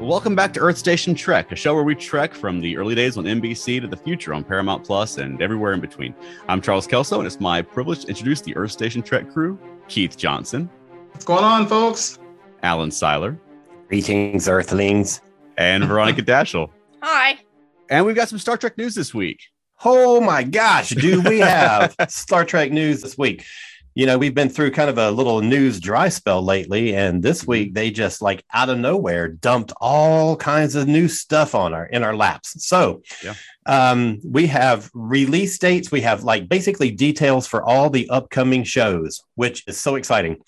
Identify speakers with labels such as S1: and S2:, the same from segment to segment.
S1: Welcome back to Earth Station Trek, a show where we trek from the early days on NBC to the future on Paramount Plus and everywhere in between. I'm Charles Kelso, and it's my privilege to introduce the Earth Station Trek crew Keith Johnson,
S2: What's going on, folks?
S1: Alan Seiler,
S3: Greetings, Earthlings.
S1: and Veronica Dashel.
S4: Hi.
S1: And we've got some Star Trek news this week.
S3: Oh my gosh, do we have Star Trek news this week? You know, we've been through kind of a little news dry spell lately, and this week they just like out of nowhere dumped all kinds of new stuff on our in our laps. So,
S1: Yeah.
S3: um, we have release dates. We have like basically details for all the upcoming shows, which is so exciting.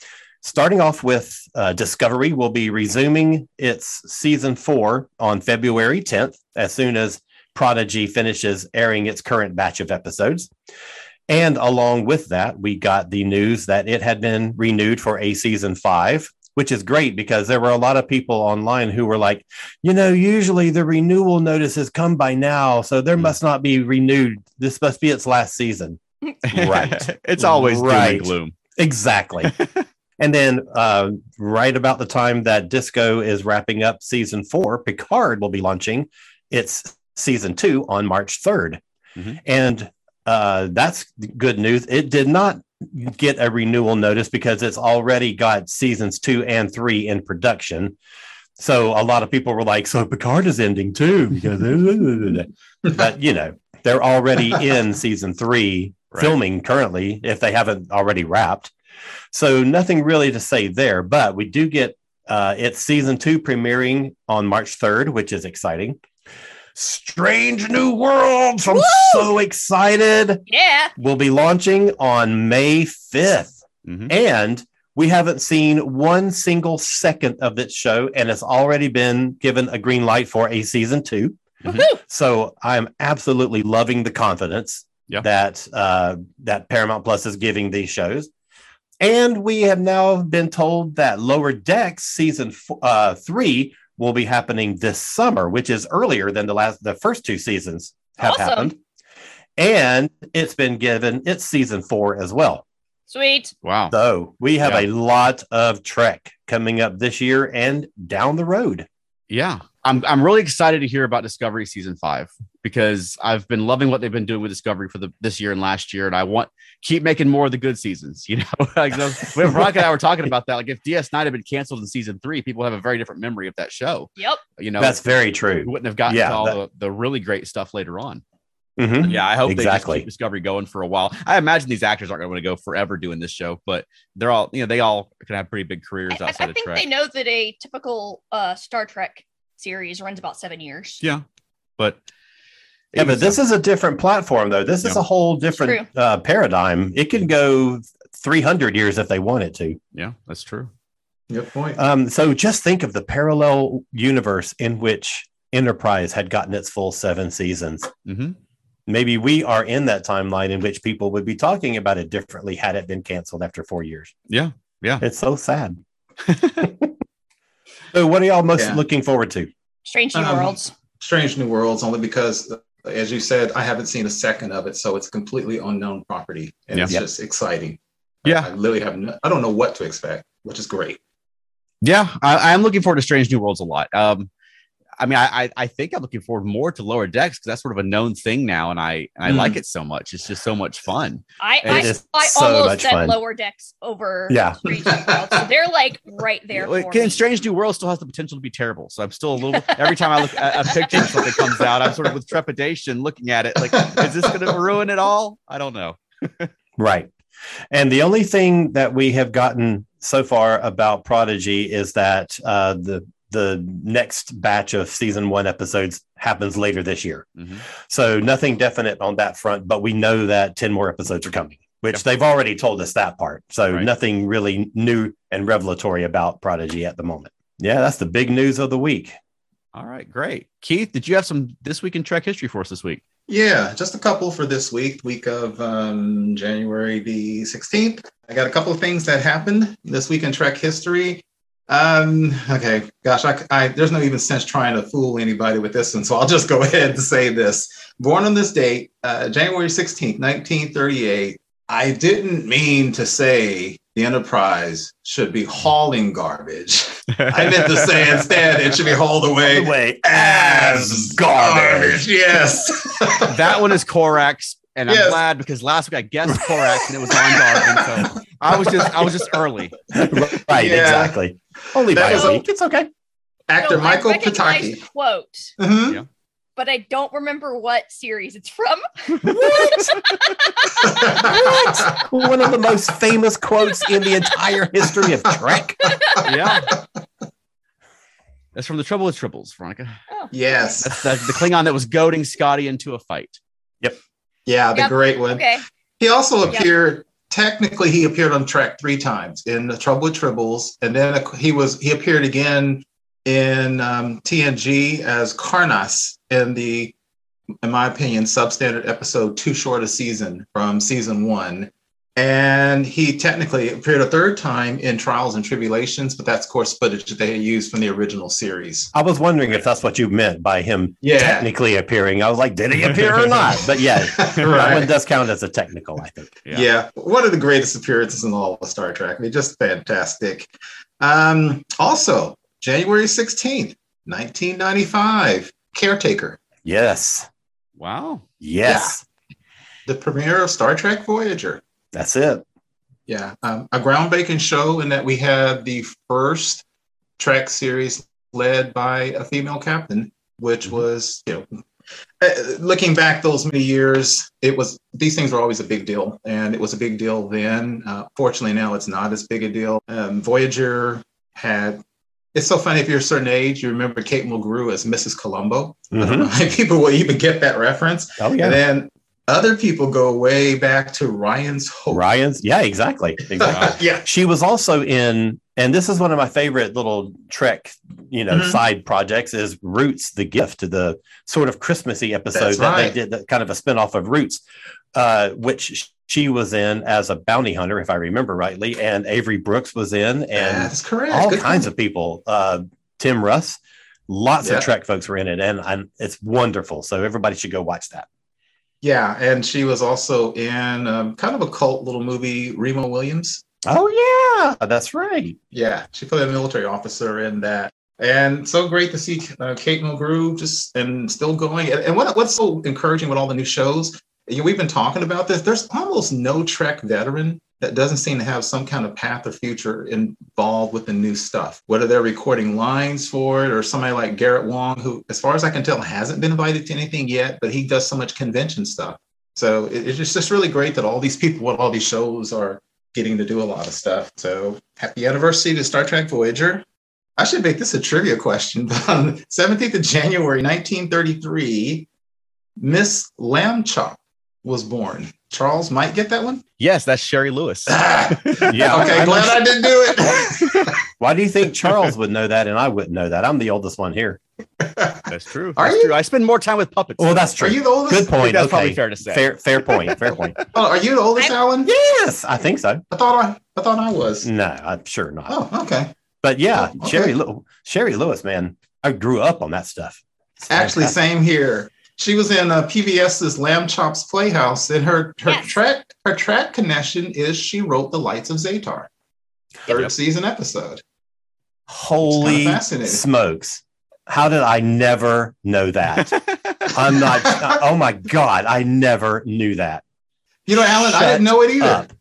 S3: Starting off with uh, Discovery, will be resuming its season four on February 10th, as soon as Prodigy finishes airing its current batch of episodes. And along with that, we got the news that it had been renewed for a season five, which is great because there were a lot of people online who were like, you know, usually the renewal notices come by now. So there
S1: Hmm.
S3: must not be renewed. This must be its last season. Right.
S1: it's always
S3: Right.
S1: doom
S3: Exactly. and then, uh, right about the time that Disco is wrapping up season four, Picard will be launching its season two on March 3rd.
S1: Mhm.
S3: And uh, that's good news. It did not get a renewal notice because it's already got seasons two and three in production. So a lot of people were like, "So Picard is ending too," because but you know they're already in season three
S1: Right.
S3: filming currently if they haven't already wrapped so nothing really to say there but we do get uh, it's season two premiering on march 3rd which is exciting strange new worlds i'm
S4: Woo!
S3: so excited
S4: Yeah.
S3: will be launching on may 5th
S1: gloom.
S3: and we haven't seen one single second of this show, and it's already been given a green light for a season 2
S1: Mhm.
S4: Woohoo!
S3: So I'm absolutely loving the confidence
S1: Yeah.
S3: that uh, that Paramount Plus is giving these shows. And we have now been told that Lower Decks season f- uh, three will be happening this summer, which is earlier than the last the first two seasons have
S4: Awesome.
S3: happened. And it's been given its season four as well.
S4: Sweet.
S1: Wow.
S3: So we have
S1: Yeah.
S3: a lot of Trek coming up this year and down the road.
S1: Yeah. I'm, I'm really excited to hear about Discovery season five because I've been loving what they've been doing with Discovery for the this year and last year. And I want keep making more of the good seasons, you know. like those- when Veronica and I were talking about that, like if DS9 had been canceled in season three, people have a very different memory of that show.
S4: Yep.
S1: You know,
S3: That's very
S1: we
S3: true.
S1: wouldn't have gotten
S3: yeah,
S1: to all
S3: that-
S1: the, the really great stuff later on.
S3: Mhm.
S1: Yeah, I hope they
S3: Exactly.
S1: just keep Discovery going for a while. I imagine these actors aren't going to go forever doing this show, but they're all, you know, they all can have pretty big careers
S4: I, I- I
S1: outside of
S4: think
S1: Trek.
S4: they know that a typical uh, Star Trek series runs about seven years.
S1: Yeah, but
S3: Yeah, but this is a different platform, though. This is
S1: Yeah.
S3: a whole different uh, paradigm. It can go 300 years if they want it to.
S1: yeah, that's true.
S2: Good point.
S3: Um, so just think of the parallel universe in which Enterprise had gotten its full seven seasons.
S1: hmm
S3: Maybe we are in that timeline in which people would be talking about it differently had it been canceled after four years.
S1: Yeah, yeah.
S3: It's so sad. so, what are y'all most
S2: Yeah.
S3: looking forward to?
S4: Strange New
S2: Um,
S4: Worlds.
S2: Strange New Worlds, only because, as you said, I haven't seen a second of it, so it's completely unknown property, and
S1: Yeah.
S2: it's just exciting.
S1: Yeah.
S2: I literally have. No, I don't know what to expect, which is great.
S1: Yeah, I, I'm looking forward to Strange New Worlds a lot. Um, I mean, I, I I think I'm looking forward more to Lower Decks because that's sort of a known thing now, and I and I
S2: Mhm.
S4: Mm.
S1: like it so much. It's just so much fun.
S4: I
S1: it
S4: I,
S3: is
S4: I
S3: so
S4: almost
S3: much
S4: said
S3: fun.
S4: lower decks over
S3: Yeah.
S4: Strange New Worlds. So they're like right there.
S1: Like,
S4: for
S1: and
S4: me.
S1: Strange New World still has the potential to be terrible. So I'm still a little. Every time I look at a picture of something comes out, I'm sort of with trepidation looking at it. Like, is this going to ruin it all? I don't know.
S3: Right. And the only thing that we have gotten so far about Prodigy is that uh, the the next batch of season one episodes happens later this year.
S1: Mhm.
S3: So nothing definite on that front, but we know that 10 more episodes are coming, which
S1: Yep.
S3: they've already told us that part. So
S1: Right.
S3: nothing really new and revelatory about Prodigy at the moment. Yeah, that's the big news of the week.
S1: All right, great. Keith, did you have some this week in Trek history for us this week?
S2: Yeah, just a couple for this week, week of um, January the 16th. I got a couple of things that happened this week in Trek history. Um, okay, gosh, I, I, there's no even sense trying to fool anybody with this one, so I'll just go ahead and say this. Born on this date, uh, January 16th, 1938, I didn't mean to say the Enterprise should be hauling garbage. I meant to say instead it should be hauled away
S3: Wait,
S2: as garbage. Yes.
S1: that one is Korax, and
S2: Yes.
S1: I'm glad because last week I guessed Korax and it was on Darwin. So I was just I was just early.
S3: right,
S2: Yeah.
S3: exactly. Only
S2: That
S3: by
S4: was
S3: a
S4: a-
S3: week. It's okay.
S2: Actor
S4: No, I
S2: Michael
S4: recognize
S2: Pataki.
S4: the quote,
S2: Mhm.
S1: Yeah.
S4: but I don't remember what series it's from.
S3: One of the most famous quotes in the entire history of Trek.
S1: Yeah. That's from the Trouble with Triples, Veronica.
S2: yes.
S1: That's, that's the Klingon that was goading Scotty into a fight.
S2: Yeah, the
S4: Yep.
S2: great one.
S4: Okay.
S2: He also
S4: Yeah.
S2: appeared. Technically, he appeared on track three times in the Trouble with Tribbles, and then he was he appeared again in um, TNG as Karnas in the, in my opinion, substandard episode "Too Short a Season" from season one, and he technically appeared a third time in Trials and Tribulations, but that's of course footage that they used from the original series.
S3: I was wondering if that's what you meant by him
S2: Yeah.
S3: technically appearing. I was like, did he appear or not? But yeah, that one
S2: right.
S3: does count as a technical, I think.
S1: Yeah.
S2: Yeah. one of the greatest appearances in all of Star Trek. I mean, just fantastic. Um, also, January 16th, 1995, Caretaker,
S3: Yes.
S1: Wow.
S3: Yes.
S2: the premiere of Star Trek Voyager.
S3: That's it.
S2: Yeah, um, a groundbreaking show in that we had the first Trek series led by a female captain, which was, you know, uh, looking back those many years, it was these things were always a big deal, and it was a big deal then. Uh, fortunately, now it's not as big a deal. Um, Voyager had. It's so funny if you're a certain age, you remember Kate Mulgrew as Mrs. Columbo. I don't
S3: Mhm.
S2: know how many people will even get that reference,
S3: Oh,
S2: Mm-hmm. and
S3: yeah.
S2: then other people go way back to Ryan's Hope.
S3: Ryan's. Yeah, exactly. exactly.
S1: Wow.
S2: yeah.
S3: She was also in, and this is one of my favorite little Trek, you know,
S2: Mhm.
S3: side projects is Roots, the gift, the sort of Christmassy episode
S2: That's
S3: that they
S2: right.
S3: did, that kind of a spinoff of Roots, uh, which she was in as a bounty hunter, if I remember rightly, and Avery Brooks was in, and
S2: That's correct.
S3: all
S2: Good
S3: kinds
S2: point.
S3: of people. Uh, Tim Russ, lots
S2: Yeah.
S3: of Trek folks were in it, and, and it's wonderful. So everybody should go watch that.
S2: Yeah, and she was also in um, kind of a cult little movie, Remo Williams.
S3: Oh yeah, that's right.
S2: Yeah, she played a military officer in that. And so great to see uh, Kate Mulgrew just and still going. And, and what, what's so encouraging with all the new shows? You know, we've been talking about this. There's almost no Trek veteran that doesn't seem to have some kind of path or future involved with the new stuff. Whether they're recording lines for it, or somebody like Garrett Wong, who, as far as I can tell, hasn't been invited to anything yet, but he does so much convention stuff. So it, it's just just really great that all these people with all these shows are getting to do a lot of stuff. So happy anniversary to Star Trek Voyager. I should make this a trivia question, but on the 17th of January 1933, Miss Lambchop was born. Charles might get that one.
S1: Yes, that's Sherry Lewis.
S2: Ah,
S3: Yeah.
S2: okay,
S3: I'm-
S2: glad I didn't do it.
S3: Why do you think Charles would know that and I wouldn't know that? I'm the oldest one here.
S1: That's true.
S2: Are
S1: That's
S2: you?
S1: true. I spend more time with puppets.
S3: Well, that's
S2: Are
S3: true.
S2: you the oldest?
S3: Good
S1: I think
S3: point.
S1: that's
S3: okay.
S1: probably fair to say.
S3: Fair, fair point. Fair point.
S2: Oh, are you the oldest, Alan?
S3: yes, I think so.
S2: I thought I, I thought I was.
S3: No, I'm sure not.
S2: Oh, okay.
S3: But yeah,
S2: Oh, okay.
S3: Sherry, Lew- Sherry Lewis, man, I grew up on that stuff. It's
S2: Actually,
S3: fantastic.
S2: same here. She was in uh, PBS's Lamb Chops Playhouse, and her her
S4: Yes.
S2: track her track connection is she wrote the Lights of Zatar, third
S1: Yep.
S2: season episode. It's kinda
S3: holy
S2: fascinating.
S3: smokes! How did I never know that? I'm not. oh my god, I never knew that.
S2: You know, Alan, I
S3: Shut
S2: didn't know it either.
S3: Up. Oh.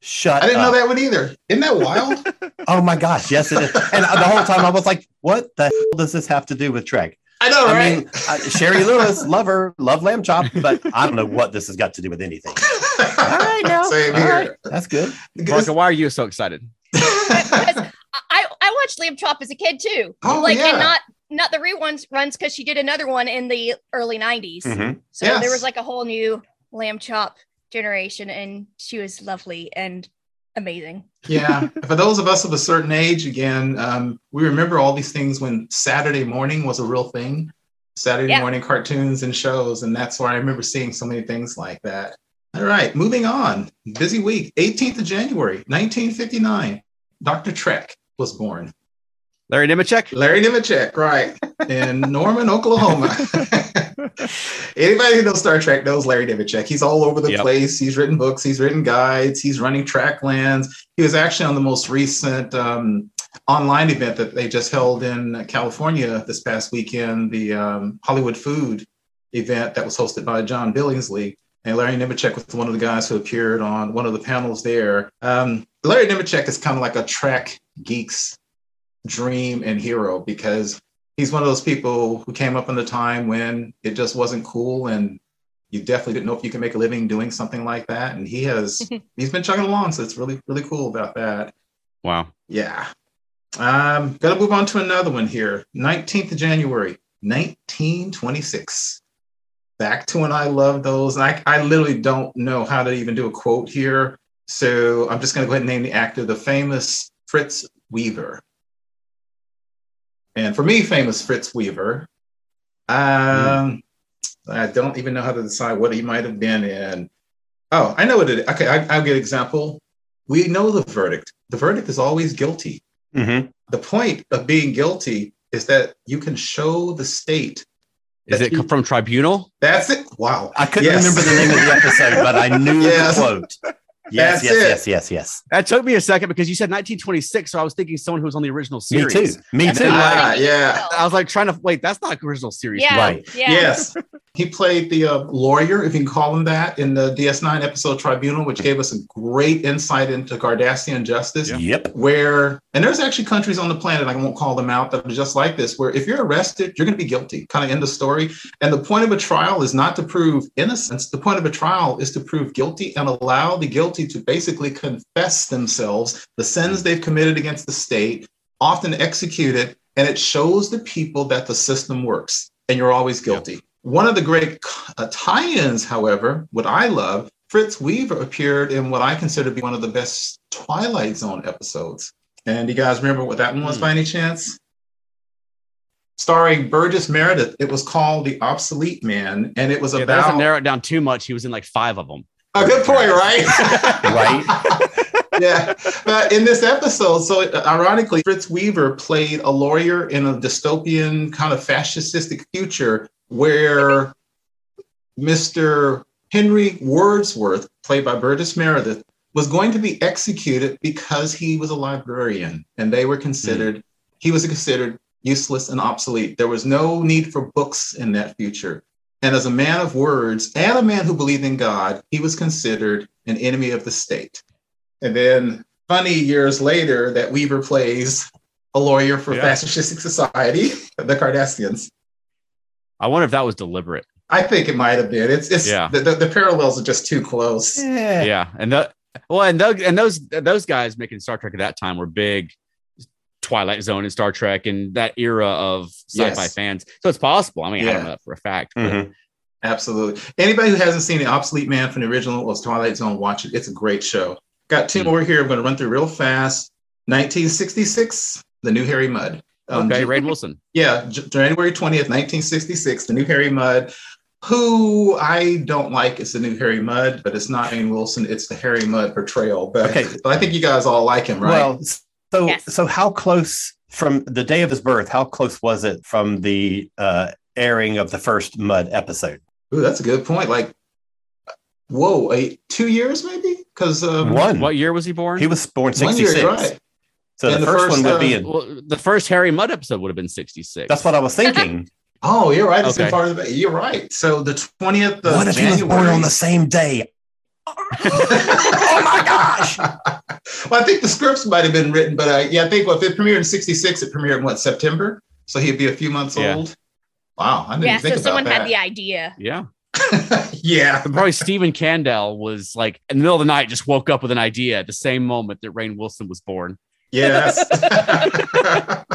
S3: Shut
S2: I didn't
S3: up.
S2: know that one either. Isn't that wild?
S3: Oh my gosh, yes it is. And the whole time I was like, what the hell does this have to do with Trek?
S2: I know,
S3: I
S2: right?
S3: mean, uh, Sherry Lewis, love her, love lamb chop, but I don't know what this has got to do with anything. All right, now.
S2: Same
S3: All right,
S2: here.
S3: That's good.
S1: Veronica, why are you so excited?
S4: Because I, I I watched Liam Chop as a kid too.
S2: Oh,
S4: like
S2: yeah.
S4: and not not the reruns runs because she did another one in the early 90s.
S3: Mm-hmm.
S4: So
S2: Yes.
S4: there was like a whole new lamb chop generation and she was lovely and amazing.
S2: yeah. For those of us of a certain age, again, um, we remember all these things when Saturday morning was a real thing. Saturday
S4: Yeah.
S2: morning cartoons and shows. And that's where I remember seeing so many things like that. All right, moving on. Busy week, 18th of January, 1959. Dr. Trek was born.
S1: Larry Nemechek.
S2: Larry Nemechek, right, in Norman, Oklahoma. Anybody who knows Star Trek knows Larry Nemechek. He's all over the
S3: Yep.
S2: place. He's written books. He's written guides. He's running track lands. He was actually on the most recent um, online event that they just held in California this past weekend, the um, Hollywood Food event that was hosted by John Billingsley. And Larry Nemechek was one of the guys who appeared on one of the panels there. Um, Larry Nemechek is kind of like a track geeks dream and hero because he's one of those people who came up in the time when it just wasn't cool and you definitely didn't know if you could make a living doing something like that. And he has he's been chugging along, so it's really really cool about that.
S1: Wow.
S2: Yeah. Um, gotta move on to another one here. 19th of January, 1926. Back to when I love those. And I, I literally don't know how to even do a quote here. So I'm just gonna go ahead and name the actor, the famous Fritz Weaver. And for me, famous Fritz Weaver. Um, I don't even know how to decide what he might have been in. Oh, I know what it is. Okay, I, I'll get an example we know the verdict. The verdict is always guilty.
S3: Mhm.
S2: The point of being guilty is that you can show the state.
S1: Is
S2: That
S1: it
S2: you-
S1: from Tribunal?
S2: That's it. Wow.
S3: I couldn't
S2: Yes.
S3: remember the name of the episode, but I knew
S2: Yes.
S3: the quote. Yes,
S2: That's
S3: yes,
S2: it.
S3: yes, yes, yes.
S1: That took me a second because you said 1926, so I was thinking someone who was on the original series.
S3: Me too. Me
S1: And
S3: too.
S1: then I-
S2: Ah, yeah.
S1: I was like trying to wait. That's not original series.
S4: Yeah.
S3: Right.
S4: Yeah.
S2: Yes. He played the uh, lawyer, if you can call him that, in the DS9 episode Tribunal, which gave us a great insight into Cardassian justice.
S3: Yep.
S2: Where, and there's actually countries on the planet, I won't call them out, that are just like this, where if you're arrested, you're going to be guilty, kind of end of story. And the point of a trial is not to prove innocence. The point of a trial is to prove guilty and allow the guilty to basically confess themselves, the
S1: Mm.
S2: sins they've committed against the state, often executed. And it shows the people that the system works and you're always guilty. One of the great uh, tie ins, however, what I love, Fritz Weaver appeared in what I consider to be one of the best Twilight Zone episodes. And you guys remember what that one was
S1: Hmm.
S2: by any chance? starring Burgess Meredith. It was called The Obsolete Man, and it was
S1: Yeah, that
S2: about
S1: doesn't narrow it down too much. He was in like five of them.
S2: a good point, right?
S3: Right.
S2: yeah. But in this episode, so ironically, Fritz Weaver played a lawyer in a dystopian kind of fascistic future where Mr. Henry Wordsworth, played by Burgess Meredith, was going to be executed because he was a librarian and they were considered, he was considered useless and obsolete. There was no need for books in that future. And as a man of words and a man who believed in God, he was considered an enemy of the state. And then, funny years later, that Weaver plays a lawyer for
S1: Yeah.
S2: Fascistic Society, the Cardassians.
S1: I wonder if that was deliberate.
S2: I think it might have been. It's it's
S1: Yeah.
S2: the, the, the parallels are just too close.
S3: Yeah.
S1: Yeah, and that well, and those and those those guys making Star Trek at that time were big Twilight Zone and Star Trek and that era of sci-fi
S2: Yes.
S1: fans. So it's possible. I mean, I
S2: Yeah. Mm-hmm.
S1: don't know that for a fact. but-
S3: Mhm.
S2: Absolutely. Anybody who hasn't seen The Obsolete Man from the original was Twilight Zone, watch it. It's a great show. Got two
S1: Mm.
S2: more here. I'm going to run through real fast. 1966, The New Harry Mudd. Um,
S1: okay,
S2: Ju-
S1: Rain Wilson.
S2: Yeah, J- January 20th, 1966, The New Harry Mudd. Who I don't like is The New Harry Mudd, but it's not Ann Wilson. It's the Harry Mudd portrayal. But,
S3: Okay.
S2: but I think you guys all like him, right?
S3: Well, so
S4: Yes.
S3: so how close from the day of his birth? How close was it from the uh, airing of the first Mud episode?
S2: Ooh, that's a good point. Like, whoa, a, two years maybe? Because um,
S3: One.
S1: What year was he born?
S3: He was born
S2: one
S3: sixty
S2: year,
S3: six.
S2: you're right?
S3: So the,
S2: And the
S3: first,
S2: first,
S3: one would be
S2: uh,
S3: in.
S1: well, the first Harry Mudd episode would have been 66.
S3: that's what I was thinking.
S2: Oh, you're right. It's been
S1: Okay.
S2: part of the. You're right. So the twentieth of
S3: what if he
S2: January.
S3: was born on the same day?
S2: oh
S3: my gosh!
S2: well, I think the scripts might have been written, but uh, yeah, I think well, if it premiered in '66, it premiered in what September, so he'd be a few months
S1: Yeah.
S2: old. Wow, I didn't
S4: Yeah,
S2: even think
S4: so
S2: about
S4: someone
S2: that.
S4: had the idea.
S1: Yeah.
S2: yeah,
S1: And Probably Stephen Candell was like in the middle of the night, just woke up with an idea at the same moment that Rain Wilson was born.
S2: yes,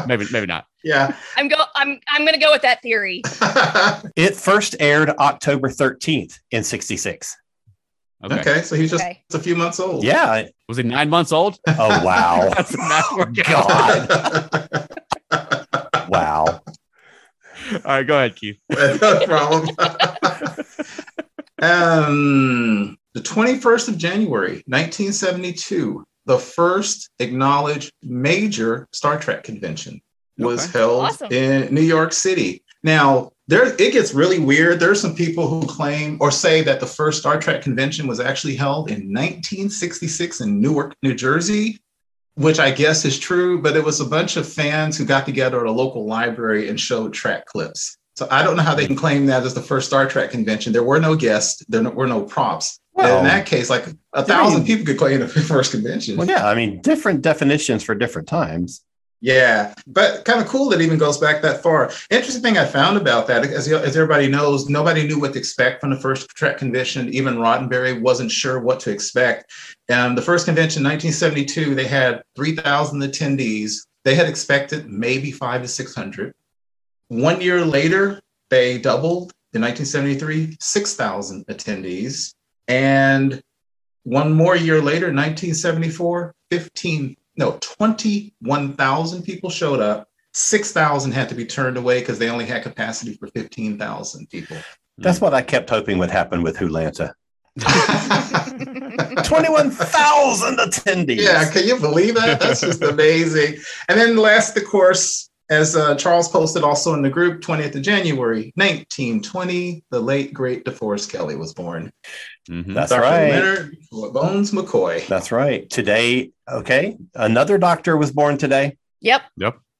S1: Maybe, maybe not.
S2: yeah.
S4: I'm go I'm I'm gonna go with that theory.
S3: It first aired October thirteenth in sixty six.
S1: Okay.
S2: okay. so he was just
S4: Okay.
S2: a few months old.
S3: Yeah.
S1: Was he nine months old?
S3: Oh wow.
S1: Oh, That's the math workout.
S3: God. Wow.
S1: All right, go ahead, Keith.
S2: no problem. um, the 21st of January, 1972, the first acknowledged major Star Trek convention was
S1: Okay.
S2: held
S4: Awesome.
S2: in New York City. Now, there it gets really weird. There are some people who claim or say that the first Star Trek convention was actually held in 1966 in Newark, New Jersey, which I guess is true, but it was a bunch of fans who got together at a local library and showed Trek clips. So I don't know how they can claim that as the first Star Trek convention. There were no guests, there were no props.
S3: Well-
S2: in that case, like a thousand people could claim the first convention.
S3: Well, yeah, I mean, different definitions for different times.
S2: Yeah, but kind of cool that it even goes back that far. Interesting thing I found about that, as, as everybody knows, nobody knew what to expect from the first Trek convention. Even Roddenberry wasn't sure what to expect. Um, the first convention, 1972, they had 3,000 attendees. They had expected maybe five to 600. One year later, they doubled in 1973, 6,000 attendees. And one more year later, 1974, 15, no, 21,000 people showed up. 6,000 had to be turned away because they only had capacity for 15,000 people.
S3: That's what I kept hoping would happen with Hulanta.
S4: That's
S3: 21,000 attendees.
S2: Yeah, can you believe that? That's just amazing. And then last, of course, as uh, Charles posted also in the group, 20th of January, 1920, the late, great DeForest Kelly was born.
S1: Mhm.
S3: That's right.
S2: Leonard Bones McCoy.
S3: That's right. Today, okay, another doctor was born today,
S4: Yep.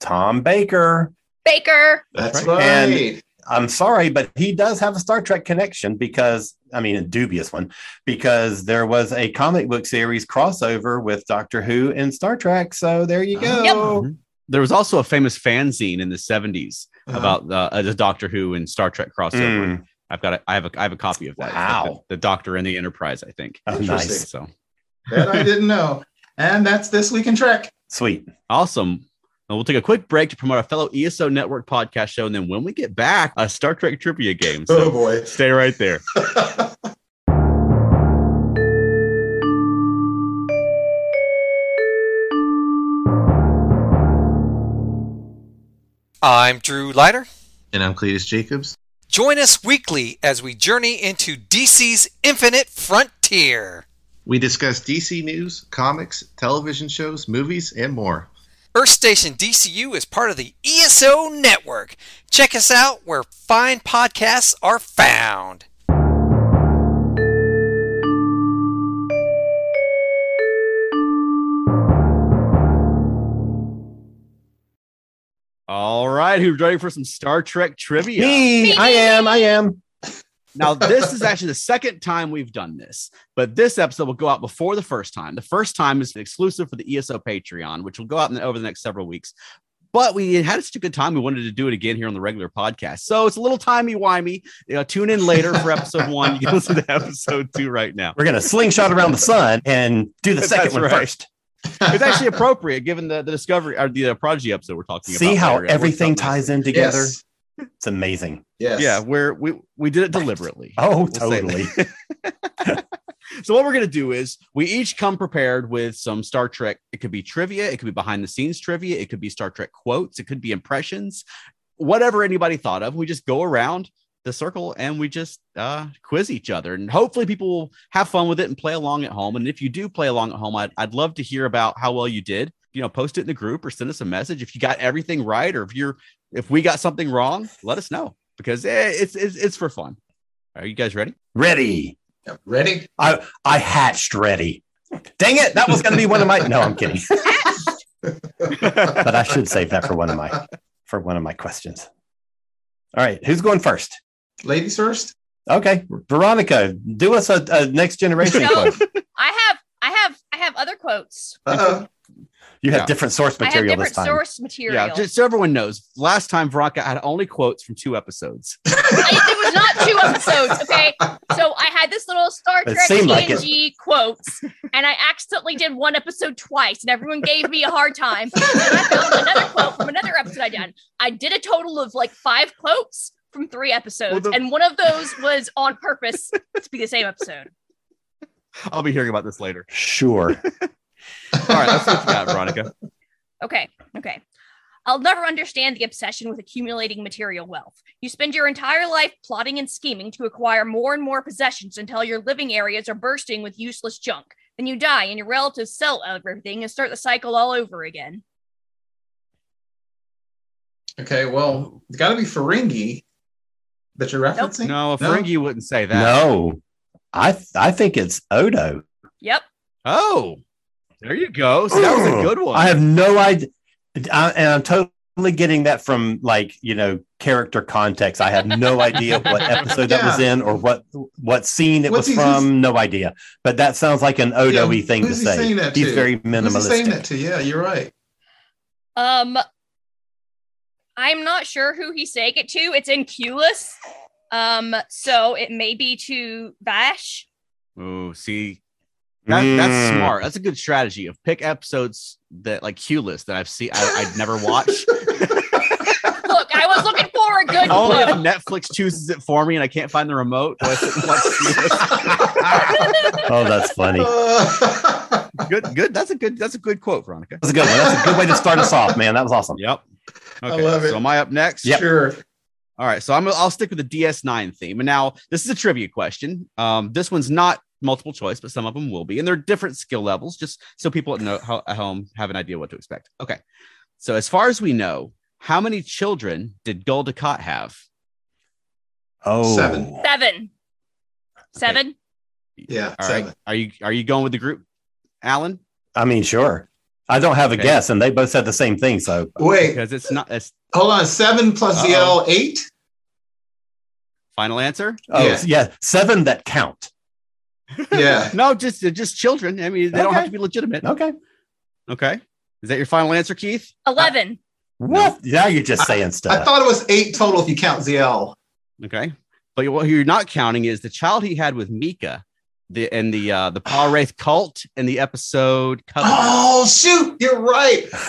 S3: Tom Baker.
S4: Baker.
S2: That's
S1: right.
S2: right.
S3: And- I'm sorry, but he does have a Star Trek connection because, I mean, a dubious one, because there was a comic book series crossover with Doctor Who and Star Trek. So there you go.
S1: There was also a famous fanzine in the '70s
S2: Uh,
S1: about uh, the Doctor Who and Star Trek crossover.
S3: Mm,
S1: I've got a, I have a I have a copy of that. It's like
S3: Wow.
S1: the, the Doctor and the Enterprise, I think.
S3: oh,
S2: Interesting.
S3: nice.
S1: So
S2: that I didn't know. And that's This Week in Trek.
S3: Sweet.
S1: awesome. And we'll take a quick break to promote our fellow ESO Network podcast show, and then when we get back, a Star Trek trivia game.
S2: Oh,
S1: So
S2: boy.
S1: stay right there.
S5: I'm Drew Leiter.
S6: And I'm Cletus Jacobs.
S5: Join us weekly as we journey into DC's infinite frontier.
S6: We discuss DC news, comics, television shows, movies, and more.
S5: Earth Station DCU is part of the ESO network. Check us out where fine podcasts are found.
S1: All right, who's ready for some Star Trek trivia?
S3: Me, I am. I am.
S1: Now, this is actually the second time we've done this, but this episode will go out before the first time. The first time is exclusive for the ESO Patreon, which will go out in the, over the next several weeks. But we had such a good time, we wanted to do it again here on the regular podcast. So it's a little timey wimey. You know, tune in later for episode one. You can listen to episode two right now.
S3: We're going to slingshot around the sun and do the
S1: That's
S3: second one
S1: right.
S3: first.
S1: It's actually appropriate given the, the discovery or the uh, prodigy episode we're talking about.
S3: See how
S1: later. It works
S3: everything
S1: out
S3: ties
S1: nicely.
S3: in together?
S2: yes.
S3: It's amazing.
S2: Yes.
S1: Yeah, where we we did it deliberately.
S3: Oh,
S1: We'll say
S3: totally.
S1: So what we're gonna do is we each come prepared with some Star Trek. It could be trivia, it could be behind the scenes trivia, it could be Star Trek quotes, it could be impressions, whatever anybody thought of. We just go around the circle and we just uh, quiz each other, and hopefully people will have fun with it and play along at home. And if you do play along at home, I'd, I'd love to hear about how well you did. You know, post it in the group or send us a message if you got everything right, or if you're if we got something wrong, let us know because eh, it's, it's it's for fun. Are you guys ready?
S3: Ready.
S2: Ready?
S3: I I hatched ready. Dang it, that was going to be one of my. No, I'm kidding. but I should save that for one of my for one of my questions. All right, who's going first?
S2: Ladies first?
S3: Okay, Veronica, do us a, a next generation
S4: No.
S3: quote.
S4: I have I have I have other quotes.
S2: Uh-oh.
S3: You
S1: Yeah.
S3: have different source material
S4: I have
S3: this
S4: different
S3: time.
S4: source material.
S1: Yeah, just so everyone knows, last time Veronica had only quotes from two episodes.
S4: I, there was not two episodes, okay? So I had this little Star
S3: It
S4: Trek
S3: seemed like
S4: TNG quotes, and I accidentally did one episode twice, and everyone gave me a hard time. And I found another quote from another episode I done. I did a total of like five quotes from three episodes,
S1: Well, the-
S4: and one of those was on purpose to be the same episode.
S1: I'll be hearing about this later.
S3: Sure.
S1: All right, let's see what you got, Veronica.
S4: Okay, okay. I'll never understand the obsession with accumulating material wealth. You spend your entire life plotting and scheming to acquire more and more possessions until your living areas are bursting with useless junk. Then you die and your relatives sell everything and start the cycle all over again.
S2: Okay, well, it's got to be Ferengi that you're referencing.
S1: No, a Ferengi wouldn't say that.
S3: No, I th- I think it's Odo.
S4: Yep.
S1: Oh, there you go. So that was a good one.
S3: I have no idea, I, and I'm totally getting that from like you know character context. I have no idea what episode that was in or what what scene it
S2: What's
S3: was
S2: he- who's-
S3: from. No idea. But that sounds like an Odo-y
S2: Yeah,
S3: thing to
S2: who's he
S3: say.
S2: saying that
S3: He's
S2: to?
S3: very
S2: Who's he saying that
S3: minimalistic.
S2: to? Yeah, you're right.
S4: Um, I'm not sure who he's saying it to. It's in Culus. Um, so it may be to Vash.
S1: Oh, see, that, that's
S3: Mm.
S1: smart. That's a good strategy of pick episodes that like Q list that I've seen I, I'd never watch.
S4: Look, I was looking for a good
S1: Only if
S4: clue.
S1: Netflix chooses it for me and I can't find the remote. do I sit and watch Q-list?
S3: Oh, that's funny.
S2: Uh,
S1: good, good. That's a good. That's a good quote, Veronica.
S3: That's a good one. That's a good way to start us off, man. That was awesome.
S1: Yep. Okay.
S2: love it.
S1: So am I up next?
S2: Sure.
S1: All right, so I'm I'll stick with the DS9 theme. And now this is a trivia question. Um, this one's not multiple choice, but some of them will be, and they're different skill levels, just so people at, no, ho- at home have an idea what to expect. Okay, so as far as we know, how many children did Gul Dukat have?
S3: Oh,
S2: Seven.
S4: Seven. Seven.
S2: Yeah.
S1: All right,
S2: seven.
S1: are you are you going with the group, Alan?
S3: I mean, sure. I don't have a
S1: Okay.
S3: guess, and they both said the same thing. So
S2: Wait,
S1: Because it's not that's
S2: hold on. Seven plus the
S1: Uh-oh.
S2: L, eight?
S1: final answer.
S3: Oh yeah.
S2: Yeah.
S3: seven that count.
S2: Yeah.
S1: No, just they're just children. I mean, they don't
S3: Okay.
S1: have to be legitimate.
S3: Okay.
S1: Okay, is that your final answer, Keith?
S4: Eleven.
S3: What? Now you're just saying
S2: I
S3: stuff.
S2: thought it was eight total if you count ZL.
S1: Okay. But what you're not counting is the child he had with Mika, the and the uh the Paul Wraith cult in the episode Covenant.
S2: Oh, shoot. You're right. So,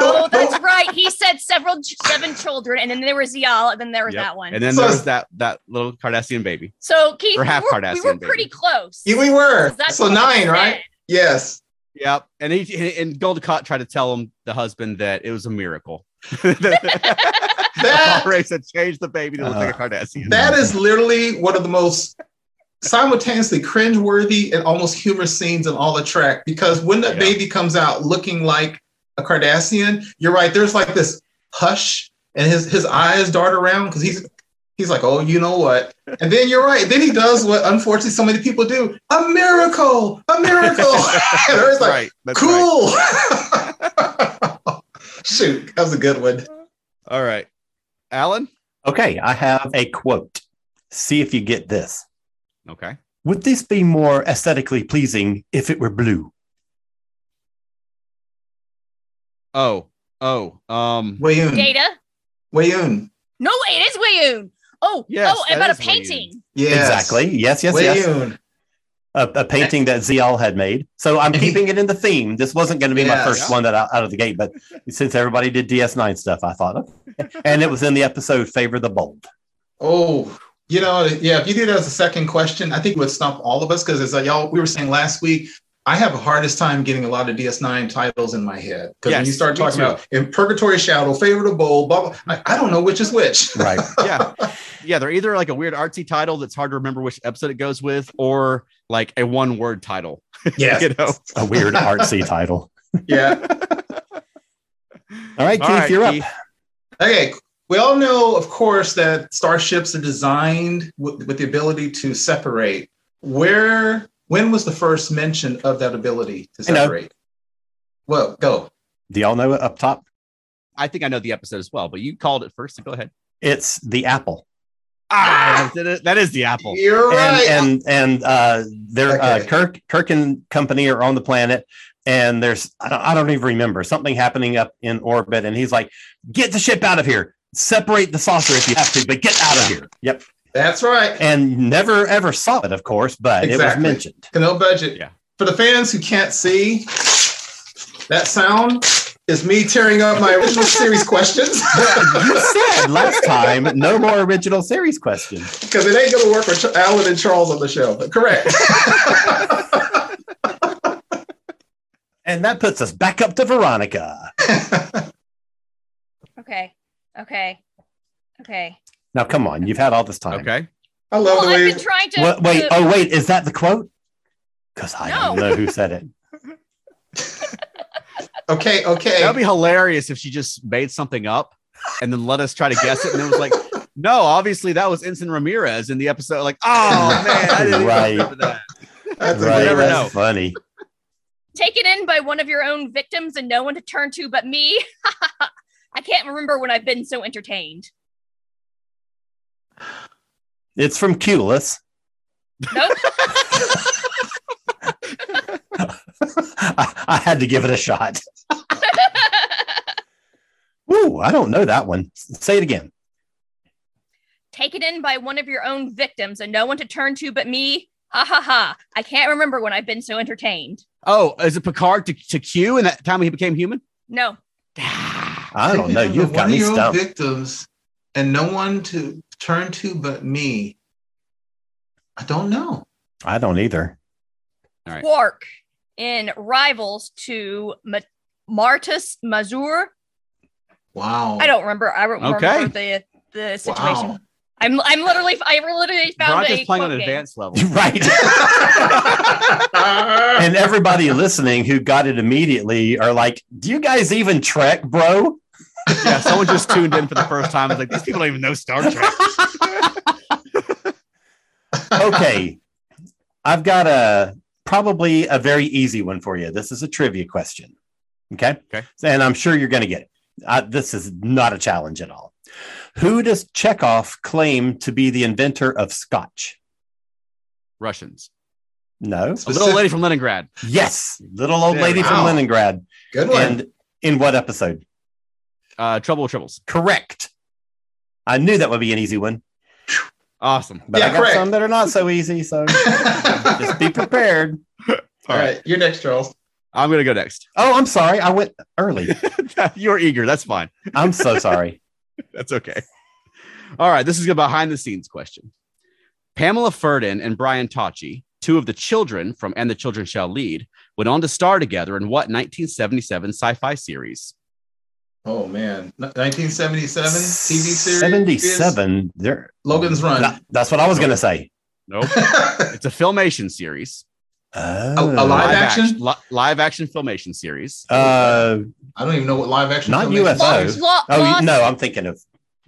S4: Oh, that's right. He said several ch- seven children, and then there was Y'all, and then there was
S1: Yep.
S4: that one.
S1: And then
S2: So
S1: there was
S2: it's-
S1: that that little Cardassian baby.
S4: so Keith,
S1: Or half
S4: we were, we
S1: Cardassian,
S4: were
S1: baby.
S4: pretty close.
S2: Yeah, we were.
S4: That's
S2: So
S4: what I
S2: nine,
S4: said.
S2: right? Yes.
S1: Yep. And he and Goldacott tried to tell him the husband that it was a miracle. the
S2: That
S1: Paul Wraith had changed the baby to look like a Cardassian.
S2: That is literally one of the most simultaneously cringeworthy and almost humorous scenes in all the track because when that
S1: Yeah.
S2: baby comes out looking like a Cardassian, you're right. There's like this hush, and his his eyes dart around because he's he's like, oh, you know what? And then you're right. Then he does what unfortunately so many people do: a miracle, a miracle. and Earth's like,
S1: right. That's right.
S2: cool. Shoot, that was a good one.
S1: All right. Alan?
S3: okay, I have a quote. See if you get this.
S1: Okay.
S3: Would this be more aesthetically pleasing if it were blue?
S1: Oh. Oh. Um
S2: Wayoon.
S4: Data.
S2: Wayoon.
S4: No, it is Wayoon. Oh,
S1: Yes,
S4: oh,
S1: that
S4: about a
S1: is Wayoon.
S4: painting.
S2: Yes.
S3: Exactly. Yes, yes, yes.
S2: Wayoon.
S3: A, a painting that Zial had made. So I'm
S2: And he-
S3: keeping it in the theme. This wasn't going to be my
S2: Yes.
S3: first one that I, out of the gate, but since everybody did DS9 stuff, I thought, okay. and it was in the episode "Favor the Bold."
S2: Oh, you know, yeah. If you did that as a second question, I think it would stump all of us because, as uh, y'all we were saying last week, I have the hardest time getting a lot of DS9 titles in my head because when
S1: Yes,
S2: you start
S1: me
S2: talking
S1: too.
S2: about in Purgatory Shadow, Favor the Bowl, blah blah, I, I don't know which is which.
S3: Right.
S1: yeah. Yeah, they're either like a weird artsy title that's hard to remember which episode it goes with, or like a one word title.
S2: Yes.
S1: You know?
S3: a weird artsy title.
S2: yeah.
S3: All right, Keith, you're up.
S2: Okay. We all know, of course, that starships are designed with, with the ability to separate. Where? When was the first mention of that ability to
S3: I know.
S2: separate? Well, go.
S3: Do y'all know it up top?
S1: I think I know the episode as well, but you called it first, so go ahead.
S3: It's the apple.
S1: Ah, that is- that is the apple.
S2: You're right.
S3: And and, and uh, their uh,
S2: Okay.
S3: Kirk Kirk and company are on the planet, and there's I don't, I don't even remember something happening up in orbit, and he's like, "Get the ship out of here! Separate the saucer if you have to, but get out of here!" Yep.
S2: That's right.
S3: And never ever saw it, of course, but it
S2: Exactly.
S3: was mentioned.
S2: Can no budget.
S1: Yeah.
S2: For the fans who can't see, that sound is me tearing up my original series questions
S3: You said last time, no more original series questions.
S2: because it ain't gonna work with Ch- Alan and Charles on the show. But correct.
S3: And that puts us back up to Veronica.
S4: Okay. Okay. Okay.
S3: Now, come on, you've had all this time.
S1: Okay.
S2: I love
S4: Well,
S2: the way
S4: I've been trying to.
S3: Wha- wait,
S4: to-
S3: oh wait, is that the quote? Because I don't
S4: No.
S3: know who said it.
S2: Okay, okay.
S1: That'd be hilarious if she just made something up and then let us try to guess it. And it was like, no, obviously that was Ensign Ramirez in the episode. Like, oh man, I didn't
S3: Right.
S1: even remember that.
S2: That's a
S1: Right.
S2: good
S1: never
S3: that's
S1: know.
S3: funny.
S4: taken in by one of your own victims and no one to turn to but me. I can't remember when I've been so entertained.
S3: It's from Culus.
S4: Nope.
S3: I, I had to give it a shot. Ooh, I don't know that one. Say it again.
S4: taken in by one of your own victims and no one to turn to but me. Ha ha ha. I can't remember when I've been so entertained.
S1: Oh, is it Picard to, to Q in that time when he became human?
S4: No.
S3: I don't know.
S2: Taken
S3: You've
S2: by
S3: got
S2: one
S3: me
S2: of your own
S3: stumped.
S2: Victims and no one to turn to but me. I don't know.
S3: I don't either.
S1: Right.
S4: Quark in Rivals to Ma- Martus Mazur.
S2: Wow.
S4: I don't remember. I don't
S1: Okay.
S4: remember the, the situation.
S2: Oh. Wow.
S4: I'm I'm literally I literally found
S1: Brock is
S4: a
S1: playing on an
S4: quote game.
S1: advanced level.
S3: right.
S2: and
S3: and everybody listening who got it immediately are like, "Do you guys even trek, bro?"
S1: yeah, someone just tuned in for the first time. It's like these people don't even know Star Trek.
S3: okay. I've got a probably a very easy one for you. This is a trivia question. Okay.
S1: Okay.
S3: And I'm sure you're going to get it. I, this is not a challenge at all. Who does Chekhov claim to be the inventor of scotch?
S1: Russians.
S3: No.
S1: A little lady from Leningrad.
S3: Yes. Little old
S1: There
S3: lady
S1: we
S3: from
S2: go.
S3: Leningrad.
S2: Good one.
S3: And in what episode?
S1: Uh, Trouble with Tribbles.
S3: Correct. I knew that would be an easy one,
S1: Awesome.
S3: but
S2: Yeah,
S3: I got
S2: correct.
S3: some that are not so easy. So just be prepared.
S2: All right, you're next, Charles.
S1: I'm gonna go next.
S3: Oh, I'm sorry. I went early.
S1: You're eager. That's fine.
S3: I'm so sorry.
S1: That's okay. All right. This is a behind the scenes question. Pamela Ferdin and Brian Tachi, two of the children from And the Children Shall Lead, went on to star together in what 1977 sci fi series?
S2: Oh man, 1977 TV series.
S3: 77 there
S2: Logan's Run.
S3: Tha- that's what i was gonna say
S1: Nope. it's a filmation series.
S3: oh,
S2: a live act- action?
S1: li- live action filmation series.
S3: uh
S2: I don't even know what live action.
S3: Not
S2: filmation
S3: UFO.
S4: Lost,
S2: is.
S4: lo-
S3: oh
S4: lost,
S3: no i'm thinking of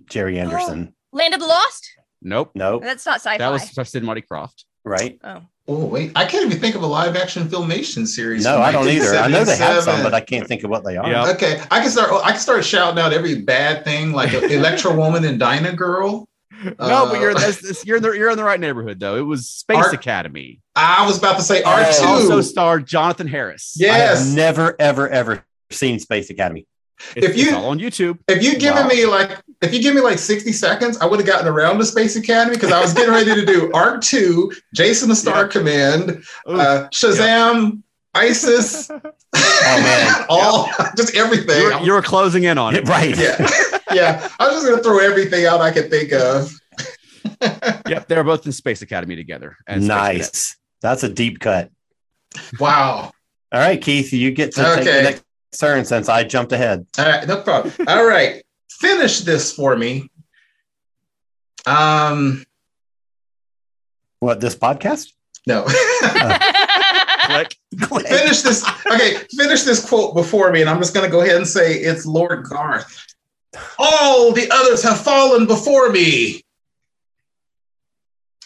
S3: jerry anderson
S4: Land of the Lost?
S1: nope.
S3: no
S4: That's not sci-fi.
S1: That was Justin Marty Croft.
S3: right
S4: oh.
S2: Oh wait, I can't even think of a live action filmation series.
S3: no
S2: from
S3: i don't either i know they have
S2: 1977.
S3: some but i can't think of what they are
S1: Yeah.
S2: Okay, I can start. I can start shouting out every bad thing, like Electra Woman and Dinah Girl.
S1: no, but you're
S2: Uh,
S1: that's, that's- you're in the you're in the right neighborhood though. It was Space
S2: Art-
S1: Academy.
S2: I was about to say R
S3: Oh.
S2: two.
S1: Also starred Jonathan Harris.
S3: i
S2: yes,
S3: have never ever ever seen space academy
S1: It's,
S2: If you-
S1: it's all on YouTube.
S2: if you given
S3: Wow.
S2: me like if you give me like 60 seconds i would have gotten around to space academy because i was getting ready to do arc 2 jason the star
S1: Yeah.
S2: command
S1: Ooh,
S2: uh, shazam isis
S3: man.
S2: all just
S1: you,
S2: everything
S1: were, you were closing in on it.
S3: right
S2: yeah yeah i was just gonna throw everything out i could think of
S1: Yep, they were both in Space Academy together. as Space Cadets.
S3: nice that's a deep cut
S2: wow
S3: all right keith you get to take
S2: Okay.
S3: the next turn since i jumped ahead
S2: all right no problem all right finish this for me um
S3: what this podcast
S2: no
S1: Click.
S2: finish this okay finish this quote before me and i'm just going to go ahead and say it's lord garth all the others have fallen before me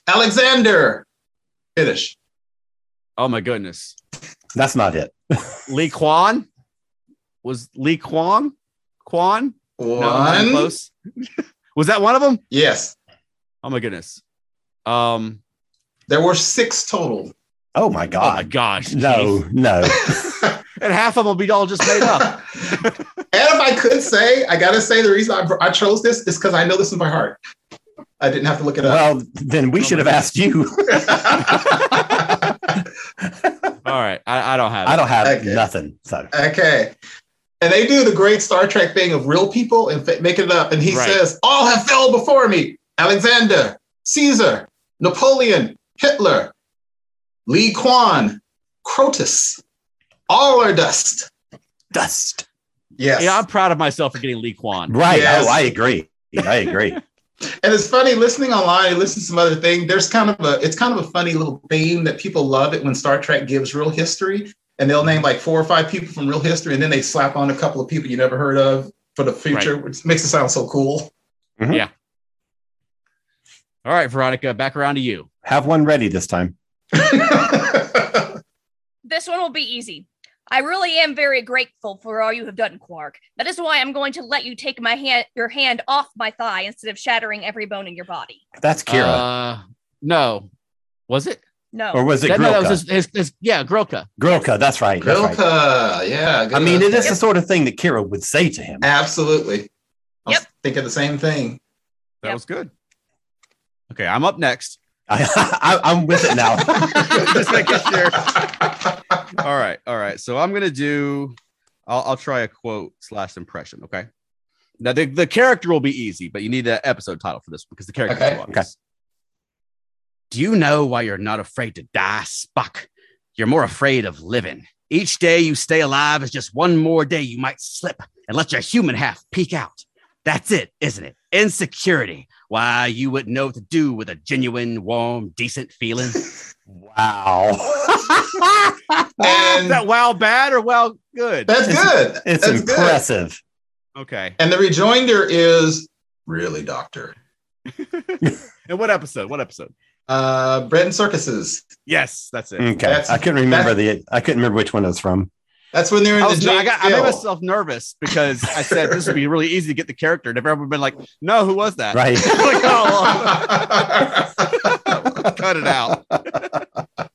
S2: alexander finish
S1: Oh my goodness.
S3: that's not it
S1: Lee Kwan was Lee Kwan? Kwan? No, not even
S2: one
S1: close. was that one of them?
S2: yes
S1: Oh my goodness. Um
S2: there were six total
S3: oh
S1: oh
S3: my
S1: my
S3: god
S1: gosh.
S3: no
S1: Keith.
S3: no
S1: And half of them will be all just made up.
S2: and if i could say i gotta say the reason i, I chose this is because i know this in my heart i didn't have to look it up
S3: well then we
S1: Oh
S3: should
S1: my
S3: have asked you
S1: all right. I, I don't have it.
S3: i don't have
S2: Okay.
S3: nothing so
S2: Okay. And they do the great Star Trek thing of real people and fa- make it up. And he
S1: Right.
S2: says, All have fell before me Alexander, Caesar, Napoleon, Hitler, Lee Kwan, Crotus. All are dust.
S3: dust
S2: Yes.
S1: Yeah, I'm proud of myself for getting Lee Kwan.
S3: Right.
S2: Yes.
S3: Oh, I agree. I agree.
S2: and it's funny listening online and listening to some other thing there's kind of a it's kind of a funny little theme that people love it when star trek gives real history and they'll name like four or five people from real history and then they slap on a couple of people you never heard of for the future which makes it sound so cool
S1: All right, Veronica, back around to you.
S3: Have one ready this time.
S4: This one will be easy. I really am very grateful for all you have done, Quark. That is why I'm going to let you take my hand, your hand off my thigh instead of shattering every bone in your body.
S3: That's Kira.
S1: Uh, no. Was it?
S4: No.
S3: or was it
S1: That-
S3: Grilka?
S1: no, that was his, his, his, yeah, Grilka.
S3: Grilka. That's right. That's right.
S2: Rilka, yeah
S3: I mean, it is the
S2: Yep.
S3: sort of thing that Kira would say to him.
S2: absolutely i was
S4: Yep.
S2: thinking the same thing
S1: That
S4: Yep.
S1: was good. Okay, I'm up next.
S3: I, I, I'm with it now.
S1: Just making sure. All right, all right. So I'm gonna do. I'll, I'll try a quote slash impression. Okay. Now the, the character will be easy, but you need the episode title for this because the character.
S2: Okay.
S1: Do you know why you're not afraid to die, Spock? You're more afraid of living. Each day you stay alive is just one more day you might slip and let your human half peek out. That's it, isn't it? Insecurity. Why you wouldn't know what to do with a genuine, warm, decent feeling.
S3: wow.
S1: Is
S2: and
S1: that wow bad or wow good?
S2: that's good
S3: It's
S2: that's good
S3: impressive.
S1: Okay.
S2: and the rejoinder is really doctor
S1: And what episode? What episode?
S2: uh bread and circuses
S1: Yes, that's it.
S3: Okay.
S2: That's-
S3: I couldn't remember the I couldn't remember which one it was from.
S2: that's when they're in
S1: I,
S2: the
S1: was, Oh, I,
S2: James
S1: got, I made
S2: Hill.
S1: myself nervous because I said this would be really easy to get the character. And everyone would been like, no, who was that?
S3: Right.
S1: Like, oh, cut it out.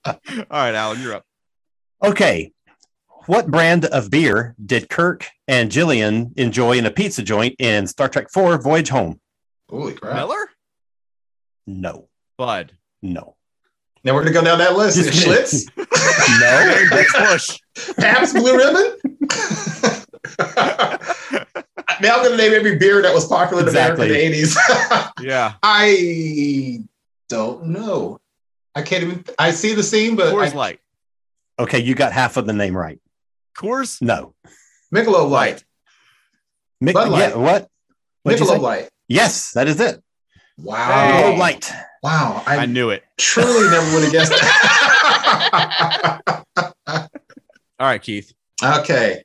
S1: All right, Alan, you're up.
S3: Okay. What brand of beer did Kirk and Jillian enjoy in a pizza joint in Star Trek IV Voyage Home?
S2: Holy crap.
S1: Miller?
S3: No.
S1: Bud.
S3: No.
S2: Now we're gonna go down that list. Schlitz,
S3: No.
S1: That's Bush.
S2: Pabst Blue Ribbon. now I'm gonna name every beer that was popular in
S3: Exactly.
S2: America in the 80s.
S1: Yeah.
S2: I don't know. I can't even. I see the scene, but
S1: Coors
S2: I,
S1: Light.
S3: Okay, you got half of the name right.
S1: Coors?
S3: No.
S2: Michelob Light.
S3: Mick,
S2: Bud Light.
S3: yeah, what? What'd you say?
S2: Michelob Light. Oh.
S3: Yes, that is it.
S2: Wow.
S3: Michelob Light.
S2: Wow. I,
S1: I knew it.
S2: truly never would have guessed that.
S1: All right, Keith.
S2: Okay.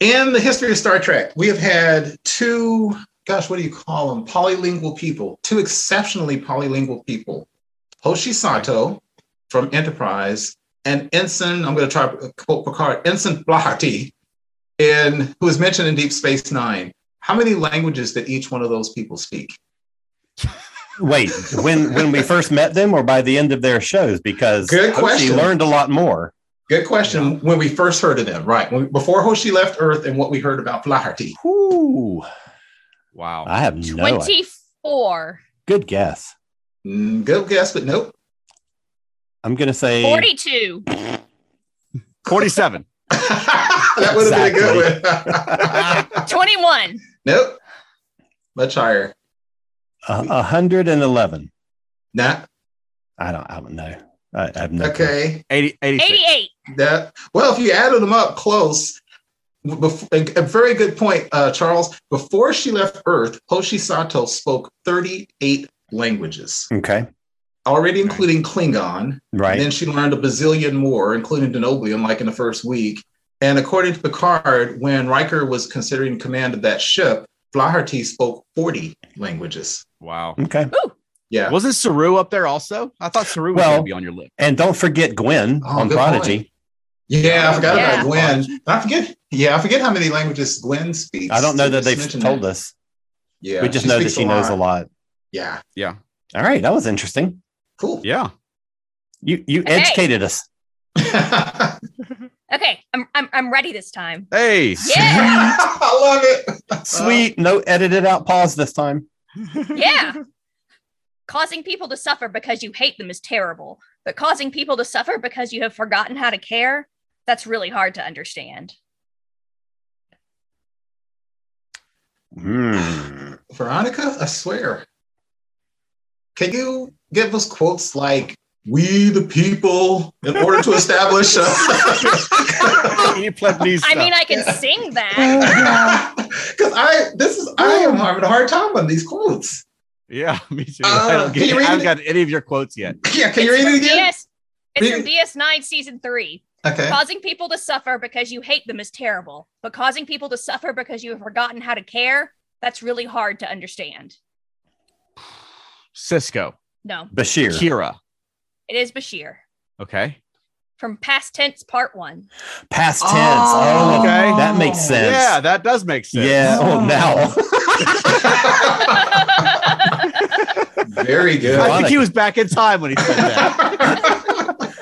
S2: In the history of Star Trek, we have had two, gosh, what do you call them? Polylingual people, two exceptionally polylingual people Hoshi Sato from Enterprise and Ensign, I'm going to try to quote Picard, Ensign Blahati, in, who was mentioned in Deep Space Nine. How many languages did each one of those people speak?
S3: Wait, when when we first met them or by the end of their shows because
S2: Good
S3: she
S2: question.
S3: learned a lot more.
S2: Good question. When we first heard of them, right? When, before Hoshi left Earth and what we heard about Blahati.
S3: Whew.
S1: Wow.
S3: I have no idea.
S4: 24.
S3: good guess.
S2: Mm, good guess, but nope.
S3: I'm going to say
S4: 42.
S1: 47.
S2: that would have been a good one.
S4: 21.
S2: nope. Much higher.
S3: a 111.
S2: Nah.
S3: I don't I don't know. I, I have no clue.
S2: Okay.
S1: 80, 86.
S4: 88.
S2: That well, if you added them up close, bef- a a very good point, uh, Charles. Before she left Earth, Hoshi Sato spoke 38 languages,
S3: Okay.
S2: already including Klingon. And
S3: Right.
S2: then she learned a bazillion more, including Denoblium, like in the first week. And according to Picard, when Riker was considering command of that ship, Flaherty spoke 40 languages.
S1: Wow.
S3: Okay.
S2: Yeah.
S1: Wasn't Saru up there also? I thought Saru was
S3: Well-
S1: going to be on your list.
S3: And don't forget Gwen
S2: Oh,
S3: on
S2: good
S3: Prodigy.
S2: Yeah, I forgot
S4: Yeah.
S2: about Gwen. And I forget. Yeah, I forget how many languages Gwen speaks.
S3: I don't know that
S2: Just
S3: they've
S2: mentioned
S3: told
S2: that.
S3: us.
S2: Yeah,
S3: we just know that
S2: speaks
S3: she knows a lot.
S2: Yeah,
S1: Yeah.
S3: All right, that was interesting.
S2: cool.
S1: Yeah.
S3: You you
S4: Hey.
S3: educated us.
S2: I
S4: Okay, I'm, I'm, I'm ready this time.
S1: Hey.
S4: Yeah,
S2: love it.
S3: Sweet, no edited out pause this time.
S4: yeah. Causing people to suffer because you hate them is terrible, but causing people to suffer because you have forgotten how to care, that's really hard to understand.
S3: Hmm.
S2: Veronica, I swear. Can you give us quotes like we the people in order to establish. A-
S1: You plebnees.
S4: I mean, I can sing that.
S2: Because I, this is, I am having a hard time on these quotes.
S1: yeah, me too.
S2: Uh,
S1: I don't
S2: can
S1: get,
S2: you
S1: I
S2: read
S1: haven't
S2: it?
S1: got any of your quotes yet.
S2: Yeah, can you
S4: it's
S2: read
S4: from
S2: it again?
S4: DS, it's from
S2: Read
S4: DS9 season three.
S2: Okay.
S4: Causing people to suffer because you hate them is terrible, but causing people to suffer because you have forgotten how to care, that's really hard to understand.
S1: Cisco,
S4: No,
S3: Bashir.
S1: Kira.
S4: it is Bashir
S1: Okay.
S4: from Past Tense Part One.
S3: Past tense.
S2: Oh,
S3: Oh,
S1: okay.
S3: that makes sense.
S1: Yeah, that does make sense.
S3: Yeah.
S2: Oh.
S3: Oh, now.
S2: Very good.
S1: I think he was back in time when he said that.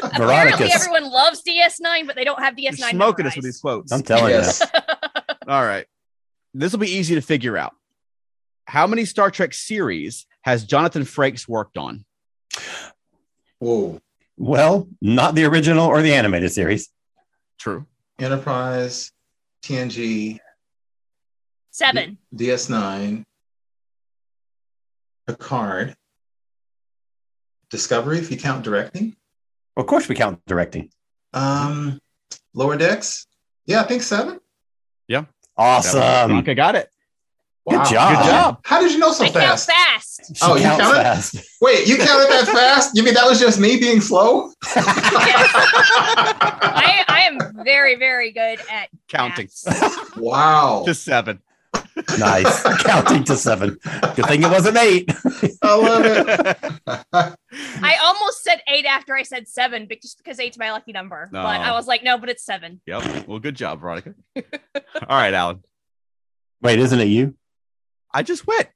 S4: Apparently,
S3: Veronica's.
S4: everyone loves DS9, but they don't have
S1: You're
S4: DS9.
S1: smoking us
S4: memorized.
S1: with these quotes.
S3: I'm telling
S2: Yes.
S3: you.
S1: All right. This will be easy to figure out. How many Star Trek series has Jonathan Frakes worked on?
S2: Whoa.
S3: Well, not the original or the animated series.
S1: True.
S2: Enterprise, TNG,
S4: Seven.
S2: DS9, Picard, Discovery, if you count directing,
S3: Of course, we count directing.
S2: um, Lower Decks. Yeah, I think seven.
S3: Awesome.
S1: Okay, got it.
S3: Good job.
S1: Good job.
S2: How did you know so
S4: I count
S2: fast?
S4: fast.
S3: She
S2: Oh, you
S3: counts
S2: counted?
S3: fast.
S2: Wait, you counted that fast? You mean that was just me being slow?
S4: I, I am very, very good at
S1: Counting
S4: maths.
S2: wow.
S1: to seven.
S3: Nice. counting to seven. Good thing it wasn't eight.
S2: I love it.
S4: I almost said eight after I said seven, but just because eight's my lucky number.
S1: No.
S4: But I was like, no, but it's seven.
S1: Yep. Well, good job, Veronica. All right, Alan.
S3: Wait, isn't it you?
S1: I just went.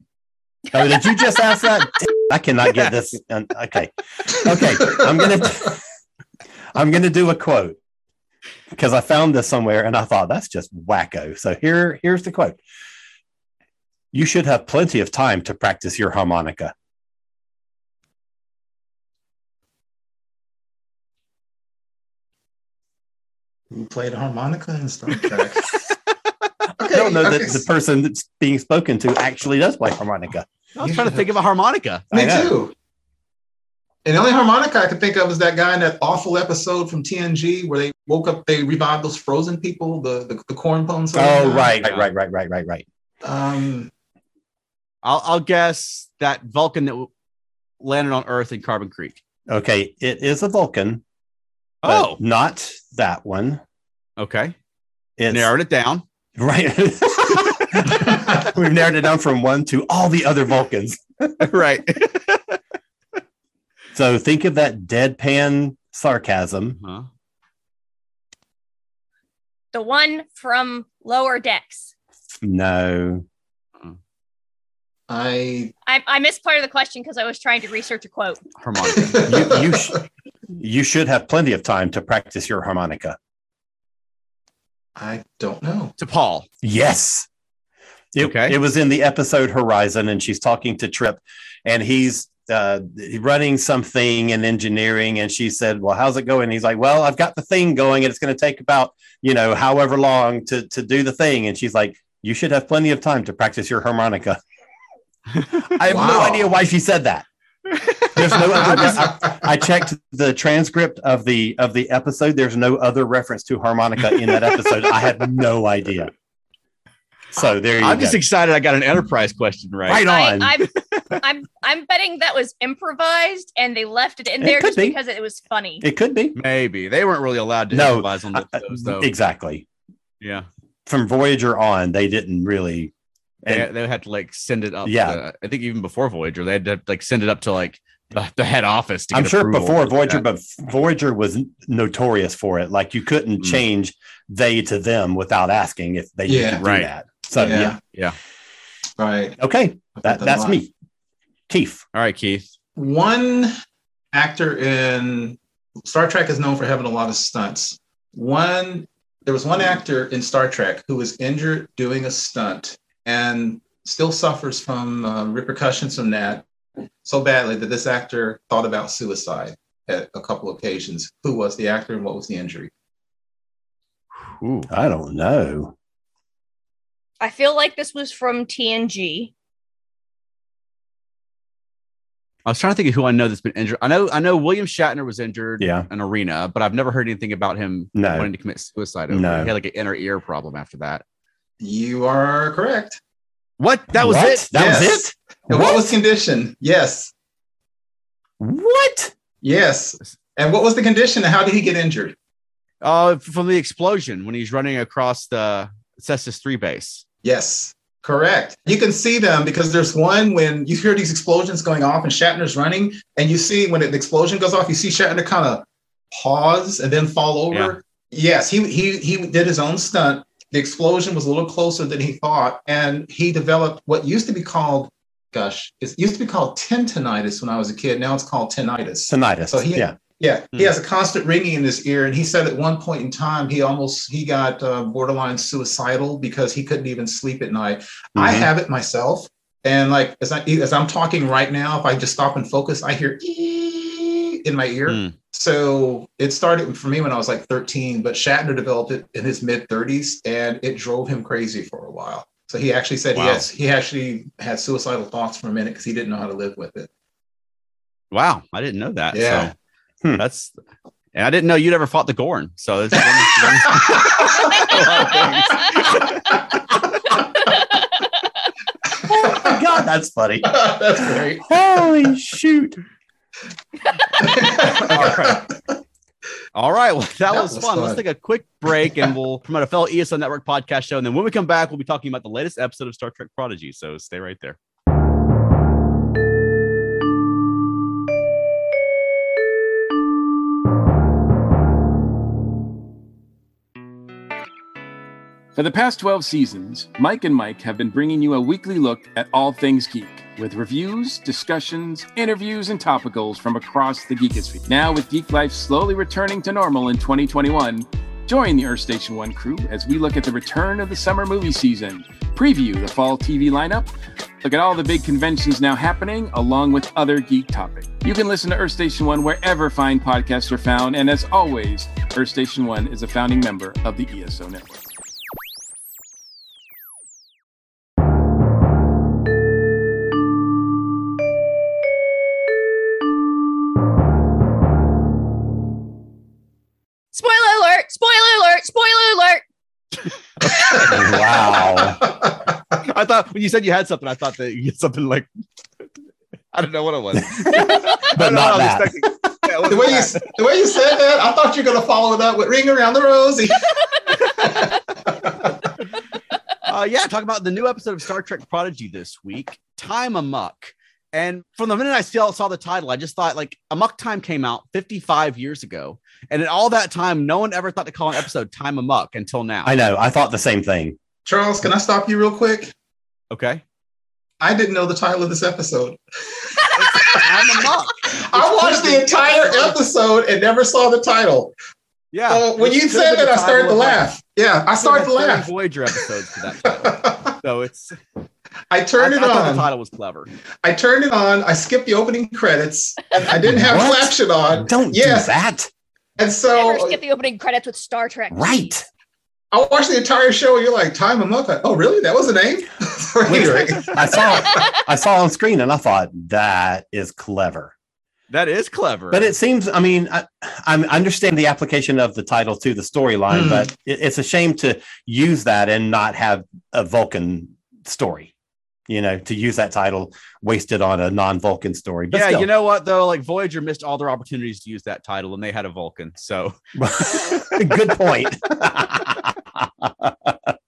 S3: Oh, did you just ask that? I cannot get this. um, Okay. Okay. I'm gonna I'm gonna do a quote because I found this somewhere and I thought that's just wacko. So here here's the quote. You should have plenty of time to practice your harmonica.
S2: Who played harmonica in Star Trek?
S3: I don't know
S2: okay.
S3: that the person that's being spoken to actually does play harmonica.
S1: I was trying to think of a harmonica.
S3: I
S2: Me
S3: know.
S2: too. And the only harmonica I could think of is that guy in that awful episode from TNG where they woke up, they revived those frozen people, the the, the corn pones.
S3: Oh, right, right, right, right, right, right, right.
S2: Um,
S1: I'll, I'll guess that Vulcan that w- landed on Earth in Carbon Creek.
S3: Okay, it is a Vulcan. but
S1: Oh,
S3: not that one. Oh.
S1: okay.
S3: It's
S1: Narrowed it down.
S3: right. We've narrowed it down from one to all the other Vulcans.
S1: right.
S3: So think of that deadpan sarcasm.
S1: Huh?
S4: The one from Lower Decks.
S3: No.
S2: I
S4: I, I missed part of the question because I was trying to research a quote.
S1: Harmonica.
S3: You, you, sh- you should have plenty of time to practice your harmonica.
S2: I don't know.
S1: to Paul.
S3: Yes. It,
S1: Okay.
S3: it was in the episode Horizon, and she's talking to Trip, and he's uh, running something in engineering. And she said, Well, how's it going? He's like, Well, I've got the thing going, and it's going to take about, you know, however long to, to do the thing. And she's like, You should have plenty of time to practice your harmonica. I have no
S2: Wow.
S3: idea why she said that. There's no other. I, I checked the transcript of the of the episode. There's no other reference to harmonica in that episode. I had no idea. So there you
S1: I'm
S3: go.
S1: just excited I got an enterprise question right.
S3: right
S4: I,
S3: on.
S4: I'm, I'm, I'm betting that was improvised and they left it in
S3: It
S4: there
S3: could
S4: just
S3: be.
S4: because it was funny.
S3: it could be
S1: Maybe they weren't really allowed to
S3: No,
S1: improvise on
S3: I- I-
S1: those, though.
S3: exactly
S1: yeah,
S3: from Voyager on. They didn't really.
S1: they, they would have to like send it up.
S3: Yeah.
S1: to- I think even before Voyager, they had to like send it up to like the, the head office. To
S3: I'm
S1: get
S3: sure
S1: approval
S3: before
S1: and stuff like
S3: Voyager,
S1: that.
S3: but Voyager was notorious for it. Like you couldn't
S1: Mm.
S3: change they to them without asking if they
S2: Yeah.
S3: could do
S1: Right.
S3: that. So yeah,
S1: yeah.
S2: Right.
S3: okay,
S2: I've
S3: that,
S2: done a
S3: that's
S2: lot.
S3: me, Keith.
S1: All right, Keith.
S2: One actor in Star Trek is known for having a lot of stunts. One there was one actor in Star Trek who was injured doing a stunt and still suffers from uh, repercussions from that so badly that this actor thought about suicide at a couple occasions. Who was the actor and what was the injury?
S1: Ooh.
S3: I don't know.
S4: I feel like this was from TNG.
S1: I was trying to think of who I know that's been injured. I know I know William Shatner was injured
S3: Yeah.
S1: in an arena, but I've never heard anything about him
S3: No.
S1: wanting to commit suicide. Over
S3: No.
S1: it. He had like an inner ear problem after that.
S2: You are correct.
S1: What? That was
S3: What?
S1: it?
S3: That was
S2: Yes.
S3: it?
S2: And what?
S3: What?
S2: was condition? Yes.
S3: What?
S2: Yes. And what was the condition and how did he get injured?
S1: Uh, from the explosion when he's running across the Cessus 3 base.
S2: Yes. Correct. You can see them because there's one when you hear these explosions going off and Shatner's running, and you see when the explosion goes off, you see Shatner kind of pause and then fall over. Yes, he he he did his own stunt. The explosion was a little closer than he thought, and he developed what used to be called, gosh, it used to be called tentinitis when I was a kid. Now it's called tinnitus.
S3: Tinnitus.
S2: So he-
S3: yeah.
S2: Yeah,
S1: Hmm.
S2: he has a constant ringing in his ear, and he said at one point in time he almost he got uh, borderline suicidal because he couldn't even sleep at night. I
S3: Mhm.
S2: have it myself, and like as I as I'm talking right now, if I just stop and focus, I hear "ee" in my ear.
S1: Hmm.
S2: So it started for me when I was like 13, but Shatner developed it in his mid 30s, and it drove him crazy for a while. So he actually said
S3: Wow.
S2: he has he actually had suicidal thoughts for a minute because he didn't know how to live with it.
S1: Wow, I didn't know that.
S2: Yeah.
S1: So
S3: Hmm.
S1: that's and I didn't know you'd ever fought the Gorn. So it's I
S3: Oh my God, that's funny.
S2: That's great.
S3: Holy shoot.
S1: All right. Well, that,
S2: That
S1: was,
S2: was
S1: fun. Let's
S2: fun.
S1: take a quick break and we'll promote a fellow ESO Network podcast show. And then when we come back, we'll be talking about the latest episode of Star Trek Prodigy. So stay right there.
S7: For the past 12 seasons, Mike and Mike have been bringing you a weekly look at all things geek with reviews, discussions, interviews, and topicals from across the geekosphere. Now, with geek life slowly returning to normal in 2021, join the Earth Station 1 crew as we look at the return of the summer movie season, preview the fall TV lineup, look at all the big conventions now happening, along with other geek topics. You can listen to Earth Station 1 wherever fine podcasts are found, and as always, Earth Station 1 is a founding member of the ESO Network.
S4: Spoiler alert! Spoiler alert! Spoiler alert!
S3: Wow.
S1: I thought when you said you had something, I thought that you had something like I don't know what it was.
S3: But not that.
S2: the way you s- the way you said that, I thought you were gonna follow it up with "Ring Around the Rosie."
S1: uh, yeah, talking about the new episode of Star Trek Prodigy this week, Time Amuck. And from the minute I saw, saw the title, I just thought like Amuck Time came out 55 years ago. And in all that time, no one ever thought to call an episode Time Amuck until now.
S3: I know. I thought the same thing.
S2: Charles, can I stop you real quick?
S1: okay.
S2: I didn't know the title of this episode.
S1: Time Amuck.
S2: I watched the entire episode and never saw the title.
S1: Yeah.
S2: so when you
S1: It's
S2: said
S1: been
S2: that,
S1: the
S2: I started to
S1: title of, like,
S2: laugh. Yeah, I started to
S1: like, 30
S2: laugh.
S1: Voyager episodes to that title. So it's
S2: I
S1: I,
S2: turned
S1: I
S2: it
S1: thought the
S2: on.
S1: title was clever.
S2: I turned it on. I skipped the opening credits. And I didn't have
S3: What?
S2: flashing on,
S3: Don't
S2: Yes.
S3: do that.
S2: and
S4: Never
S2: so
S4: skip the opening credits with Star Trek.
S3: Right.
S2: I watched the entire show. And you're like, "Time and Muck." Oh, really? That was a name? So
S3: Wait.
S2: anyway.
S3: I saw I saw on screen and I thought that is clever.
S1: That is clever.
S3: But it seems I mean I I understand the application of the title to the storyline,
S2: Hmm.
S3: but it, it's a shame to use that and not have a Vulcan story. You know, to use that title wasted on a non-Vulcan story. But
S1: yeah,
S3: still.
S1: you know what though? Like Voyager missed all their opportunities to use that title, and they had a Vulcan. So
S3: Good point.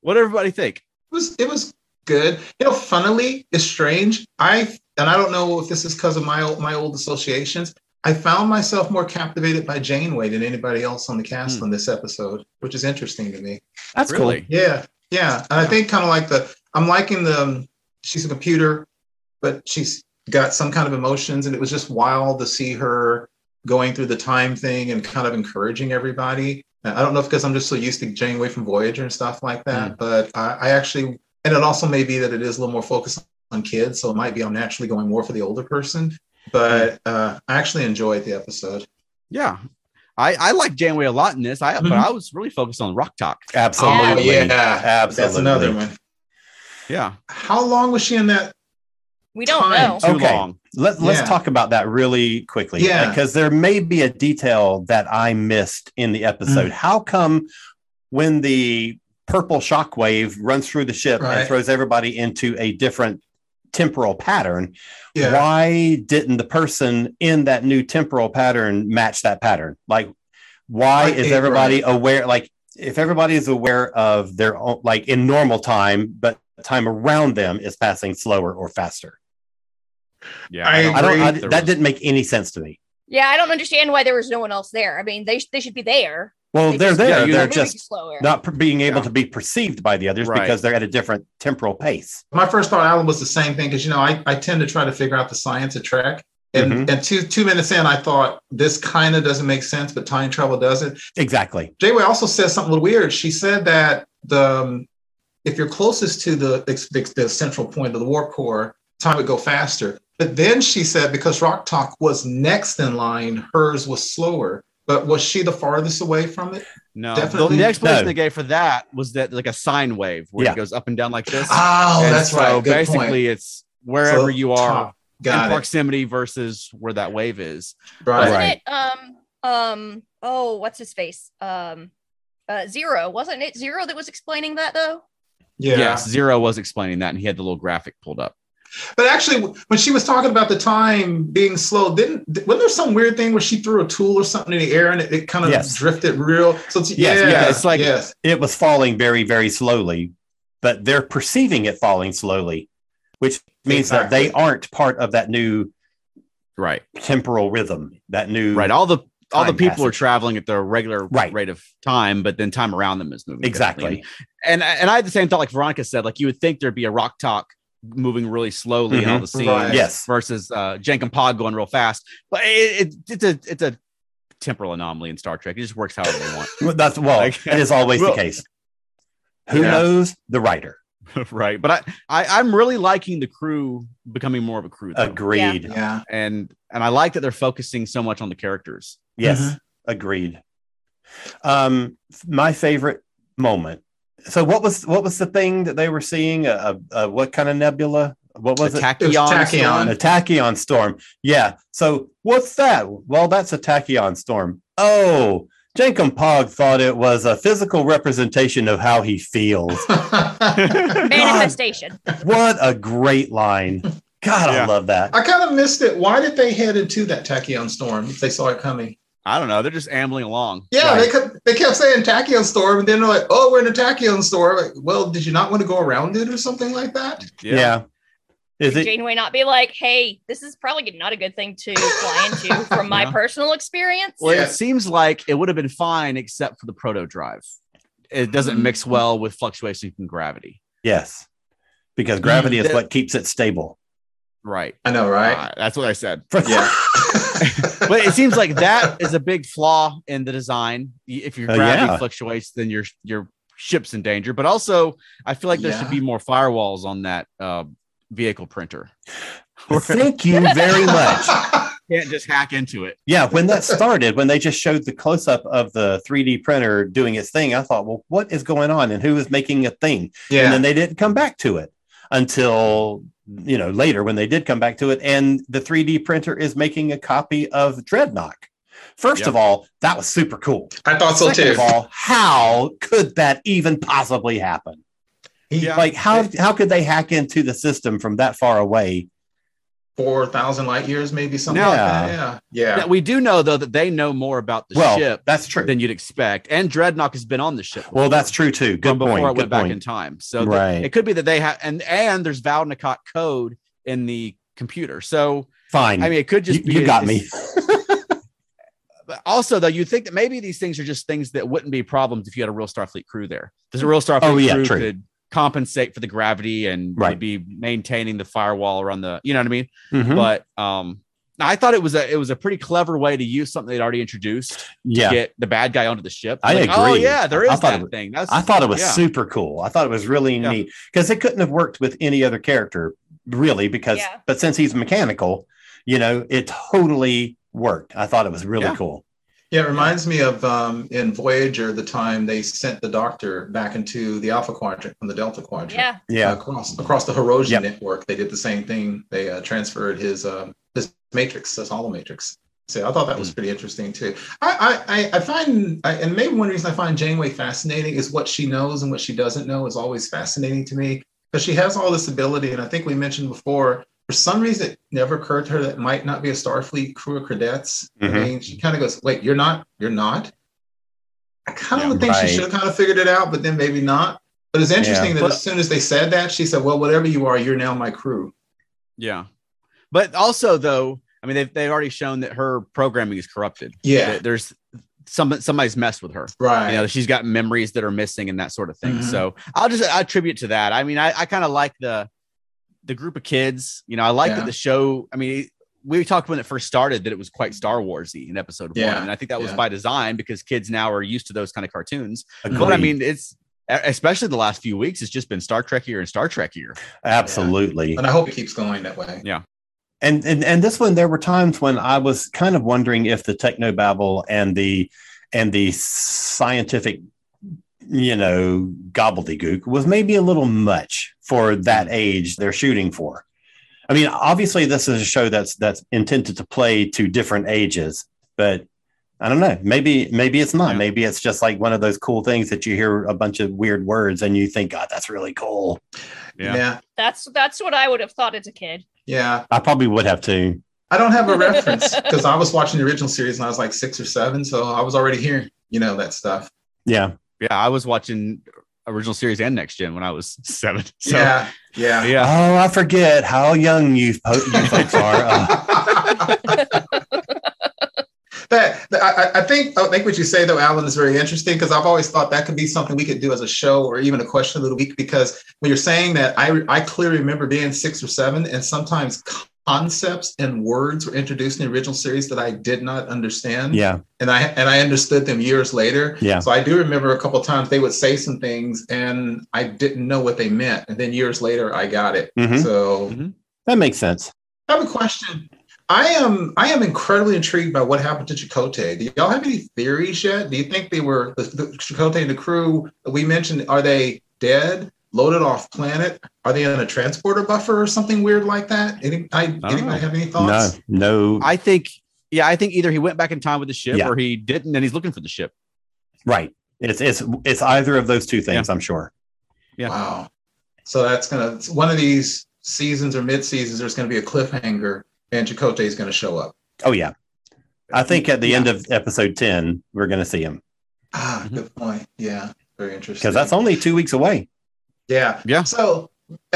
S1: what did everybody think?
S2: it was it was good. You know, funnily, it's strange. I and I don't know if this is because of my old my old associations. I found myself more captivated by Janeway than anybody else on the cast
S1: Hmm.
S2: on this episode, which is interesting to me.
S3: That's
S1: really?
S3: cool.
S2: Yeah, yeah, and I think kind of like the I'm liking the um, she's a computer, but she's got some kind of emotions, and it was just wild to see her going through the time thing and kind of encouraging everybody. I don't know if because I'm just so used to Janeway from Voyager and stuff like that, but I, I actually, and it also may be that it is a little more focused on kids, so it might be I'm naturally going more for the older person. But uh, I actually enjoyed the episode.
S1: Yeah, I I like Janeway a lot in this. I but
S2: Mhm.
S1: I was really focused on Rock Talk.
S3: Absolutely.
S2: Oh, yeah.
S3: Absolutely.
S2: That's another one.
S1: Yeah,
S2: How long was she in that
S4: We don't
S2: Time.
S4: know.
S1: Too
S3: Okay.
S1: long.
S3: Let, let's
S2: Yeah.
S3: talk about that really quickly.
S2: Yeah.
S3: Because there may be a detail that I missed in the episode.
S2: Mm.
S3: How come when the purple shockwave runs through the ship
S2: Right.
S3: and throws everybody into a different temporal pattern,
S2: Yeah.
S3: why didn't the person in that new temporal pattern match that pattern? Like, why
S2: Right,
S3: is
S2: it-
S3: everybody aware? Like, if everybody is aware of their own, like in normal time, but time around them is passing slower or faster.
S1: Yeah,
S2: I
S3: I don't.
S2: Agreed.
S3: I,
S1: there
S3: that
S1: was-
S3: didn't make any sense to me.
S4: Yeah, I don't understand why there was no one else there. I mean, they sh- they should be there.
S3: Well,
S4: They
S3: they're
S4: just-
S3: there.
S1: Yeah, you
S3: they're
S4: moving
S3: just
S4: slower.
S3: not per- being able
S1: Yeah.
S3: to be perceived by the others
S1: Right.
S3: because they're at a different temporal pace.
S2: My first thought, Alan, was the same thing because you know I, I tend to try to figure out the science of Trek. And,
S3: Mhm.
S2: and two two minutes in, I thought this kind of doesn't make sense, but time travel doesn't.
S3: Exactly.
S2: Jayway also said something a little weird. She said that the um, if you're closest to the, ex- the the central point of the warp core, time would go faster. But then she said because Rock Talk was next in line, hers was slower. But was she the farthest away from it?
S1: No,
S2: Definitely-
S1: the, the explanation
S3: No.
S1: they gave for that was that like a sine wave where
S3: Yeah.
S1: it goes up and down like this.
S2: Oh,
S1: And
S2: that's
S1: so
S2: right. Good
S1: basically,
S2: point.
S1: it's wherever
S2: So,
S1: you are
S2: top. Got
S1: in
S2: it.
S1: proximity versus where that wave is.
S2: Right.
S4: wasn't
S3: Right.
S4: it? Um, um. Oh, what's his face? Um, uh, zero. Wasn't it zero that was explaining that though?
S2: Yeah.
S1: Yes, Zero was explaining that, and he had the little graphic pulled up.
S2: But actually, when she was talking about the time being slow, didn't wasn't there some weird thing where she threw a tool or something in the air and it, it kind of
S3: Yes.
S2: drifted real? So it's,
S3: Yes,
S2: yeah,
S1: yeah, it's like-
S2: yes.
S3: It was falling very, very slowly, but they're perceiving it falling slowly, which means that they
S2: Exactly.
S3: aren't part of that new
S1: Right,
S3: temporal rhythm. That new
S1: right. All the all the
S3: Time
S1: people are
S3: passage.
S1: traveling at their regular
S3: Right.
S1: rate of time, but then time around them is moving differently.
S3: exactly.
S1: And and I had the same thought, like Veronica said, like you would think there'd be a Rock Talk moving really slowly in all the scenes.
S2: Right.
S3: Mm-hmm. Yes.
S1: versus uh, Jank and Pod going real fast. But it, it, it's a it's a temporal anomaly in Star Trek. It just works however they want,
S3: Well, That's well.
S1: Like-
S3: that is always
S1: Well-
S3: the case. Who
S1: Yeah.
S3: knows? The writer.
S1: right? But I, I I'm really liking the crew becoming more of a crew, though.
S3: Agreed.
S2: Yeah.
S1: and and I like that they're focusing so much on the characters.
S3: Yes,
S1: Mm-hmm.
S2: Mhm.
S3: agreed. Um, f- my favorite moment. So what was what was the thing that they were seeing? A, a, a what kind of nebula? What was
S1: the
S3: it?
S1: tachyon,
S2: It was tachyon.
S3: A tachyon storm. Yeah. So what's that? Well, that's a tachyon storm. Oh, Jenkum Pog thought it was a physical representation of how he feels.
S4: Manifestation.
S3: what a great line. God, I
S1: Yeah.
S3: love that.
S2: I kind of missed it. Why did they head into that tachyon storm if they saw it coming?
S1: I don't know. They're just ambling along.
S2: Yeah,
S3: Right.
S2: they kept they kept saying tachyon storm, and then they're like, "Oh, we're in a tachyon storm." Like, well, did you not want to go around it or something like that?
S3: Yeah. Is it
S4: Janeway not be like, hey, this is probably not a good thing to fly into from my
S1: Yeah.
S4: personal experience.
S1: Well,
S2: Yeah.
S1: it seems like it would have been fine except for the proto drive. It doesn't
S2: Mm-hmm.
S1: mix well with fluctuation from gravity.
S3: yes? Because gravity is
S1: that-
S3: what keeps it stable.
S1: Right.
S2: I know, right?
S1: Uh, that's what I said.
S2: Yeah.
S1: but it seems like that is a big flaw in the design. Y- If your
S3: Uh,
S1: gravity
S3: yeah.
S1: fluctuates, then your your ship's in danger. But also, I feel like there should be
S2: Yeah.
S1: more firewalls on that uh, vehicle printer.
S3: Thank you very much.
S1: Can't just hack into it.
S3: Yeah, when that started, when they just showed the close up of the 3D printer doing its thing, I thought, well, what is going on and who is making a thing?
S2: yeah.
S3: And then they didn't come back to it until, you know, later when they did come back to it. And the 3D printer is making a copy of Dreadnought. First
S1: Yeah.
S3: of all, that was super cool.
S2: I thought so too.
S3: Second of all, how could that even possibly happen?
S2: He-
S1: Yeah.
S3: Like, how, how could they hack into the system from that far away?
S2: Four thousand light years, maybe something
S3: Yeah.
S2: like that. Yeah. Yeah.
S1: Now, we do know though that they know more about the
S3: well,
S1: ship
S3: that's true.
S1: than you'd expect, and Dreadnought has been on the ship.
S3: well, that's true too. Good
S1: from before
S3: point.
S1: it went
S3: Good
S1: back
S3: point.
S1: in time. So that-
S3: right.
S1: it could be that they have, and and there's Valnicott code in the computer. So
S3: Fine.
S1: I mean, it could just
S3: You-
S1: be
S3: you
S1: a-
S3: got me.
S1: But also, though, you think that maybe these things are just things that wouldn't be problems if you had a real Starfleet crew there. Because a real Starfleet
S3: Oh, yeah,
S1: crew
S3: true.
S1: could compensate for the gravity and
S3: Right.
S1: would be maintaining the firewall around the, you know what I mean?
S3: Mhm.
S1: But um, I thought it was a it was a pretty clever way to use something they'd already introduced
S3: yeah.
S1: to get the bad guy onto the ship.
S3: I
S1: Oh
S3: agree.
S1: yeah, there
S3: I
S1: is
S3: thought
S1: that
S3: it was-
S1: thing. That's
S3: I thought it was
S1: yeah.
S3: super cool. I thought it was really
S1: Yeah.
S3: neat because it couldn't have worked with any other character, really. Because,
S4: Yeah.
S3: but since he's mechanical, you know, it totally worked. I thought it was really
S1: Yeah.
S3: cool.
S2: Yeah, it reminds me of um, in Voyager, the time they sent the Doctor back into the Alpha Quadrant from the Delta Quadrant.
S4: Yeah.
S3: Yeah.
S2: Uh, across across the Herosian
S3: Yep.
S2: network, they did the same thing. They uh, transferred his uh, his matrix, his hollow matrix. So I thought that was
S3: Mm.
S2: pretty interesting too. I I, I- I find, I, and maybe one reason I find Janeway fascinating is what she knows and what she doesn't know is always fascinating to me because she has all this ability, and I think we mentioned before. For some reason, it never occurred to her that it might not be a Starfleet crew of cadets. I
S3: Mhm.
S2: mean, she kind of goes, "Wait, you're not, you're not." I kind of
S3: Yeah,
S2: would think
S3: right.
S2: she should have kind of figured it out, but then maybe not. But it's interesting that
S1: But-
S2: as soon as they said that, she said, "Well, whatever you are, you're now my crew."
S1: Yeah. But also, though, I mean, they've, they've already shown that her programming is corrupted.
S2: Yeah,
S1: That There's some, somebody's messed with her.
S2: right.
S1: You know, she's got memories that are missing and that sort of thing.
S2: Mhm.
S1: So I'll just I attribute to that. I mean, I, I kind of like the the group of kids. You know, I like
S2: Yeah.
S1: that the show. I mean, we talked when it first started that it was quite Star Warsy in episode
S2: Yeah,
S1: one, and I think that was
S2: yeah.
S1: by design because kids now are used to those kind of cartoons. But I
S3: Agreed.
S1: mean, it's e, especially the last few weeks, it's just been Star Trekier and Star Trekier.
S3: Absolutely.
S2: and I hope it keeps going that way.
S3: and, and and this one there were times when i was kind of wondering if the technobabble and the and the scientific you know gobbledygook was maybe a little much for that age they're shooting for i mean obviously this is a show that's that's intended to play to different ages but i don't know maybe maybe it's not
S1: Yeah.
S3: maybe it's just like one of those cool things that you hear a bunch of weird words and you think god that's really cool
S1: Yeah.
S2: Yeah. yeah,
S4: That's that's what I would have thought as a kid.
S3: i probably would have to
S2: I don't have a reference because I was watching the original series and I was like six or seven, so I was already hearing you know that stuff.
S3: yeah
S1: Yeah, I was watching original series and next gen when I was seven. So,
S2: yeah, yeah.
S1: yeah.
S3: Oh, I forget how young you, po- you folks are. Uh,
S2: that, that- I, I- I think I think what you say though, Alan, is very interesting because I've always thought that could be something we could do as a show or even a question of the week. Because when you're saying that, I I clearly remember being six or seven, and sometimes concepts and words were introduced in the original series that I did not understand
S3: yeah.
S2: and I and I understood them years later.
S3: Yeah.
S2: So I do remember a couple times they would say some things and I didn't know what they meant, and then years later I got it.
S3: Mhm.
S2: So
S3: That makes sense.
S2: I have a question. I am I am incredibly intrigued by what happened to Chakotay. Do y'all have any theories yet? Do you think they were the, the Chakotay and the crew that we mentioned? Are they dead? Loaded off planet? Are they in a transporter buffer or something weird like that? Any, I,
S1: know.
S2: anybody have any thoughts?
S3: No, no.
S1: I think, yeah, I think either he went back in time with the ship
S3: Oh. Yeah.
S1: or he didn't, and he's looking for the ship.
S3: right. It's, it's, it's either of those two things, I'm sure.
S1: Yeah.
S2: Wow. So that's gonna one of these seasons or mid seasons. There's gonna be a cliffhanger, and Chakotay is gonna show up.
S3: Oh, yeah. I think at the
S1: Yeah.
S3: end of episode 10, we're going to see him
S2: Ah,
S1: Mhm.
S2: good point. Yeah, very interesting.
S3: because that's only two weeks away.
S2: Yeah.
S1: Yeah.
S2: So,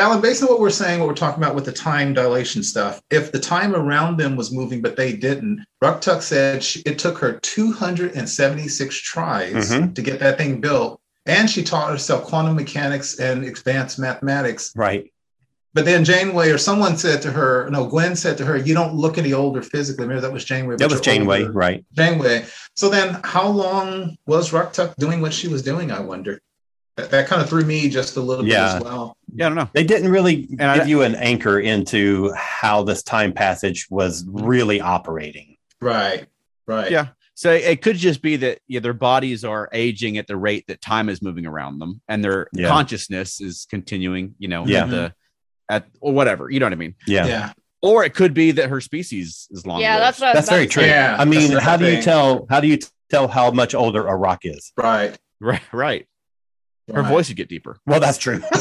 S2: Alan, based on what we're saying, what we're talking about with the time dilation stuff, if the time around them was moving but they didn't, Ruck Tuck said she, it took her 276 tries
S3: Mhm.
S2: to get that thing built. And she taught herself quantum mechanics and advanced mathematics.
S3: Right.
S2: But then Janeway or someone said to her, no, Gwen said to her, you don't look any older physically. Maybe that was Janeway. but
S3: That was
S2: you're
S3: Janeway.
S2: older.
S3: Right.
S2: Janeway. So then, how long was Ruck Tuck doing what she was doing? I wonder. That, that kind of threw me just a little
S3: Yeah.
S2: bit as well.
S1: Yeah, I don't know.
S3: They didn't really give
S1: I-
S3: you an anchor into how this time passage was really operating.
S2: Right. Right.
S1: Yeah. So it could just be that yeah, their bodies are aging at the rate that time is moving around them, and their
S3: Yeah.
S1: consciousness is continuing, you know,
S3: Yeah.
S1: at the at or whatever, you know what I mean.
S3: Yeah.
S2: Yeah.
S1: Or it could be that her species is long.
S4: yeah, that's what I was
S3: That's
S4: about
S3: very
S4: to
S3: true.
S4: say.
S2: Yeah,
S3: I mean,
S2: that's
S3: how do you
S2: nothing.
S3: tell, how do you tell how much older a rock is?
S2: Right.
S1: right. Right. Her
S2: right.
S1: voice would get deeper.
S3: Well, that's true.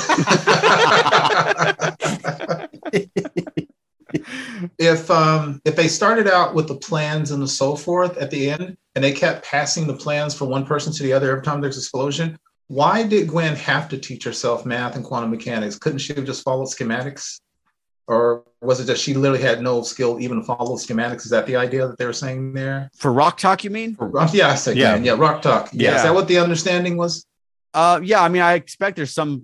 S2: if um if they started out with the plans and the so forth at the end and they kept passing the plans from one person to the other every time there's explosion why did gwen have to teach herself math and quantum mechanics couldn't she have just followed schematics or was it that she literally had no skill even to follow schematics is that the idea that they were saying there
S1: For rock talk, you mean?
S2: Rock- yeah i said
S3: Yeah.
S2: yeah yeah rock talk yeah.
S1: Yeah.
S2: is that what the understanding was
S1: Uh, yeah, I mean, I expect there's some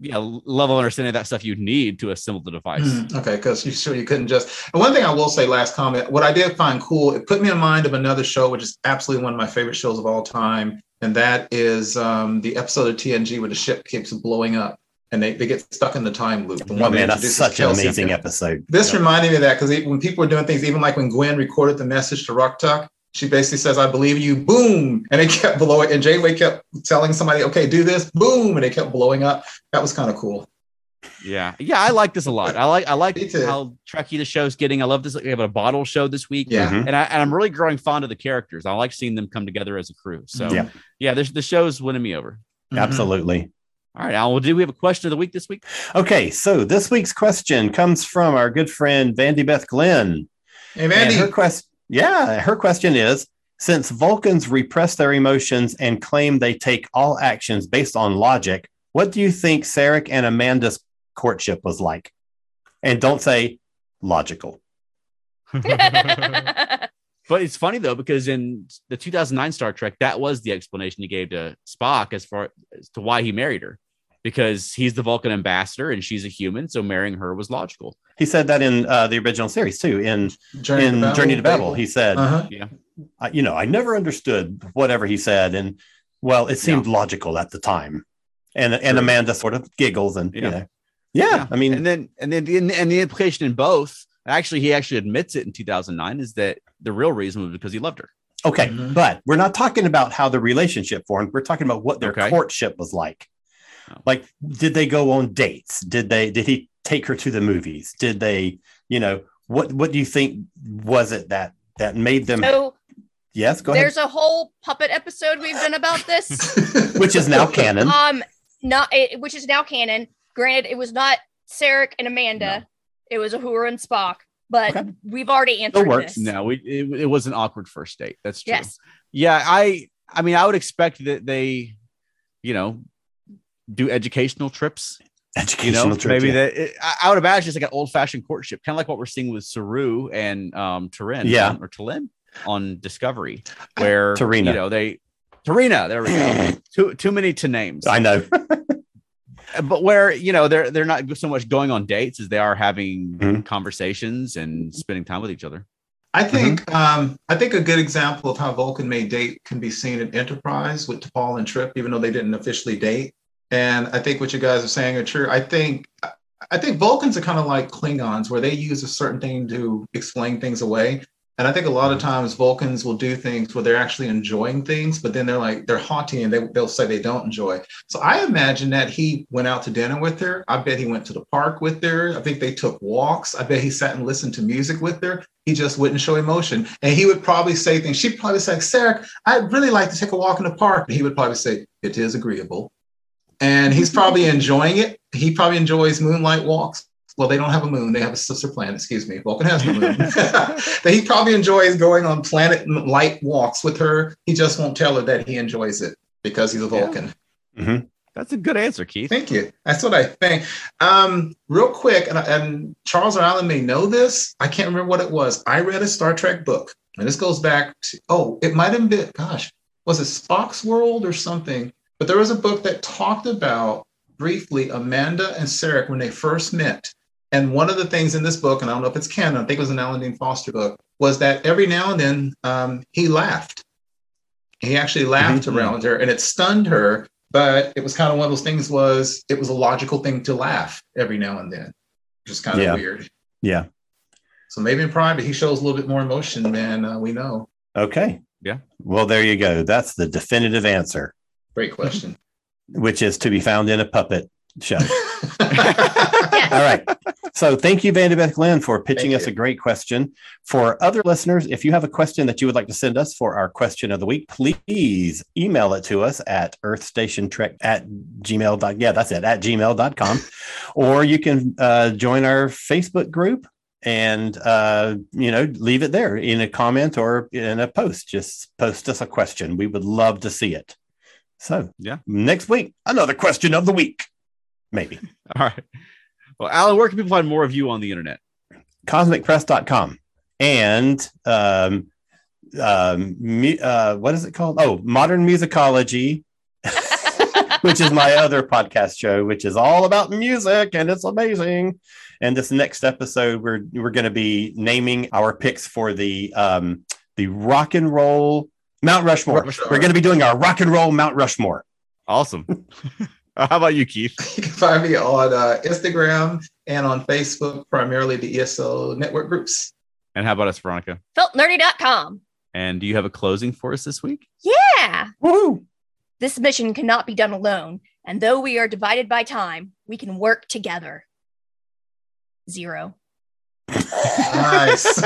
S1: yeah level of understanding of that stuff you need to assemble the device.
S2: Mm, okay, because you sure you couldn't just. And one thing I will say, last comment, what I did find cool, it put me in mind of another show, which is absolutely one of my favorite shows of all time, and that is um, the episode of TNG where the ship keeps blowing up and they, they get stuck in the time loop. The
S3: Oh,
S2: one that
S3: man, that's
S2: introduces
S3: such an
S2: Kelsian.
S3: amazing episode.
S2: e, This reminded me of that because when people were doing things, even like when Gwen recorded the message to Rock Tuck, She basically says, I believe you, boom. And it kept blowing. And Janeway kept telling somebody, okay, do this, boom. And it kept blowing up. That was kind of cool.
S1: Yeah, yeah, I like this a lot. I like I like
S2: Me too.
S1: how Trekkie the show's getting. I love this. We have a bottle show this week,
S2: Yeah.
S3: Mhm.
S1: and I and I'm really growing fond of the characters. I like seeing them come together as a crew. So
S3: Yeah.
S1: yeah, this the show's winning me over.
S2: Mm-hmm.
S3: Absolutely.
S1: All right, Al, well, do we have a question of the week this week?
S3: Okay, so this week's question comes from our good friend Vandy Beth Glenn.
S2: Hey,
S3: And
S2: Mandy.
S3: her quest, yeah, her question is: Since Vulcans repress their emotions and claim they take all actions based on logic, what do you think Sarek and Amanda's courtship was like? And don't say logical.
S1: But it's funny though because in the 2009 Star Trek, that was the explanation he gave to Spock as far as to why he married her, because he's the Vulcan ambassador and she's a human, so marrying her was logical.
S3: He said that in uh, the original series too. In
S2: Journey,
S3: in Journey to Babel, he said,
S2: uh-huh.
S3: I, "You know, I never understood whatever he said, and well, it seemed logical at the time." And and
S1: True.
S3: Amanda sort of giggles and you
S1: Yeah.
S3: know, yeah, I mean,
S1: and then and then the, and the implication in both, actually, he actually admits it in 2009, is that the real reason was because he loved her.
S3: Okay,
S1: Mm-hmm.
S2: Mhm.
S3: but we're not talking about how the relationship formed. We're talking about what their
S1: Okay.
S3: courtship was like.
S1: Oh.
S3: Like, did they go on dates? Did they? Did he take her to the movies? Did they? You know, what what do you think was it that that made them?
S4: so
S3: yes, go ahead.
S4: there's a whole puppet episode we've done about this.
S3: Which is now canon.
S4: um, not it, which is now canon. Granted, it was not Sarek and Amanda. It was Uhura and Spock. But
S3: Okay.
S4: we've already answered
S3: works.
S4: this.
S1: No, we, it, it was an awkward first date. That's true.
S4: Yes.
S1: Yeah, I I mean, I would expect that they, you know, do educational trips. You
S3: Educational
S1: know,
S3: trip.
S1: maybe
S3: yeah.
S1: that it, I, I would imagine it's like an old fashioned courtship, kind of like what we're seeing with Saru and um Turin,
S3: Yeah. Uh,
S1: on- or Talin on Discovery, where
S3: Tarina.
S1: you know they. Tarina, there we go. too too many to names.
S3: I know.
S1: but where you know they're they're not so much going on dates as they are having
S3: Mhm.
S1: conversations and spending time with each other.
S2: I think
S3: Mm-hmm.
S2: um, I think a good example of how Vulcan may date can be seen in Enterprise with T'Pol and Trip, even though they didn't officially date. And I think what you guys are saying are true. I think I- I think Vulcans are kind of like Klingons, where they use a certain thing to explain things away. And I think a lot of times Vulcans will do things where they're actually enjoying things, but then they're like they're haughty and they, they'll say they don't enjoy. it. So I imagine that he went out to dinner with her. I bet he went to the park with her. I think they took walks. I bet he sat and listened to music with her he just wouldn't show emotion. And he would probably say things. She'd probably say, Sarah, I'd really like to take a walk in the park. And he would probably say, It is agreeable. And he's probably enjoying it. He probably enjoys moonlight walks. Well, they don't have a moon. They have a sister planet. Excuse me. Vulcan has no moon. that he probably enjoys going on planet light walks with her. He just won't tell her that he enjoys it because he's a
S1: Yeah.
S2: Vulcan.
S1: That's a good answer, Keith.
S2: Thank you. That's what I think. Um, real quick, and, and Charles or Alan may know this. I can't remember what it was. I read a Star Trek book, and this goes back to oh, it might have been gosh, was it Spock's World or something? But there was a book that talked about briefly Amanda and Sarek when they first met. And one of the things in this book, and I don't know if it's canon, I think it was an Alan Dean Foster book, was that every now and then um, he laughed. He actually laughed
S3: Mhm.
S2: around her, and it stunned her but it was kind of one of those things was it was a logical thing to laugh every now and then which is kind of
S3: Yeah.
S2: weird
S3: Yeah.
S2: so maybe in private he shows a little bit more emotion than uh, we know
S3: Okay.
S1: Yeah.
S3: Well, there you go. That's the definitive answer,
S2: great question
S3: which is to be found in a puppet show.
S4: Yes.
S3: All right. So thank you, Vanderbeth Glenn, for pitching
S2: Thank
S3: us
S2: you.
S3: a great question. For other listeners, if you have a question that you would like to send us for our question of the week, please email it to us at earthstationtrek at gmail. dot- Yeah, that's it, at gmail.com. or you can uh, join our Facebook group and, uh, you know, leave it there in a comment or in a post. Just post us a question. We would love to see it. So,
S1: Yeah.
S3: next week, another question of the week, maybe.
S1: All right. Well, Alan, where can people find more of you on the internet?
S3: cosmicpress.com and um, um, mu- uh, what is it called? Oh, Modern Musicology, which is my other podcast show, which is all about music and it's amazing. And this next episode, we're we're going to be naming our picks for the um, the rock and roll Mount Rushmore.
S2: Rushmore.
S3: We're going to be doing our rock and roll Mount Rushmore.
S1: Awesome. How about you, Keith?
S2: you can find me on uh, instagram and on facebook primarily the eso E network groups
S1: And how about us, Veronica?
S4: Feltnerdy.com.
S8: And do you have a closing for us this week?
S4: Yeah!
S3: Woo!
S4: This mission cannot be done alone, and though we are divided by time, we can work together. Zero.
S2: Nice.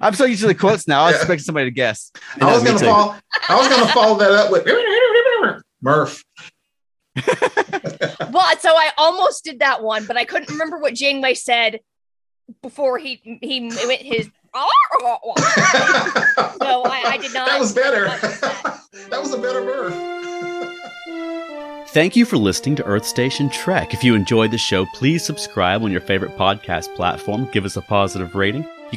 S8: I'm so used to the quotes now. I
S2: Yeah.
S8: expect somebody to guess.
S2: I was
S3: me
S2: gonna
S3: too.
S2: follow. I was gonna follow that up with Murph.
S4: Well, so I almost did that one, but I couldn't remember what Janeway said before he he went his. No, I- I did not.
S2: That was better.
S4: That
S2: that was a better Murph.
S1: Thank you for listening to Earth Station Trek. If you enjoyed the show, please subscribe on your favorite podcast platform. Give us a positive rating. You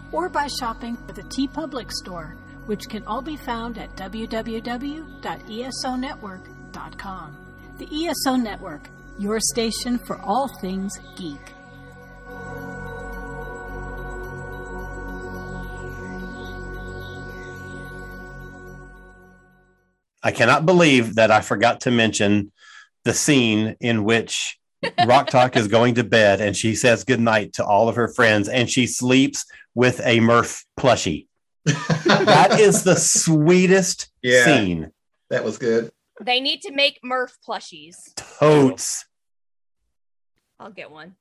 S9: or by shopping at the T Public store, which can all be found at E www.esonetwork.com. The ESO Network, your station for all things geek.
S3: I cannot believe that I forgot to mention the scene in which Rock Talk is going to bed and she says goodnight to all of her friends and she sleeps with a Murph plushie. That is the sweetest
S2: Yeah.
S3: scene.
S2: that was good.
S4: They need to make Murph plushies.
S3: Totes.
S4: I'll get one.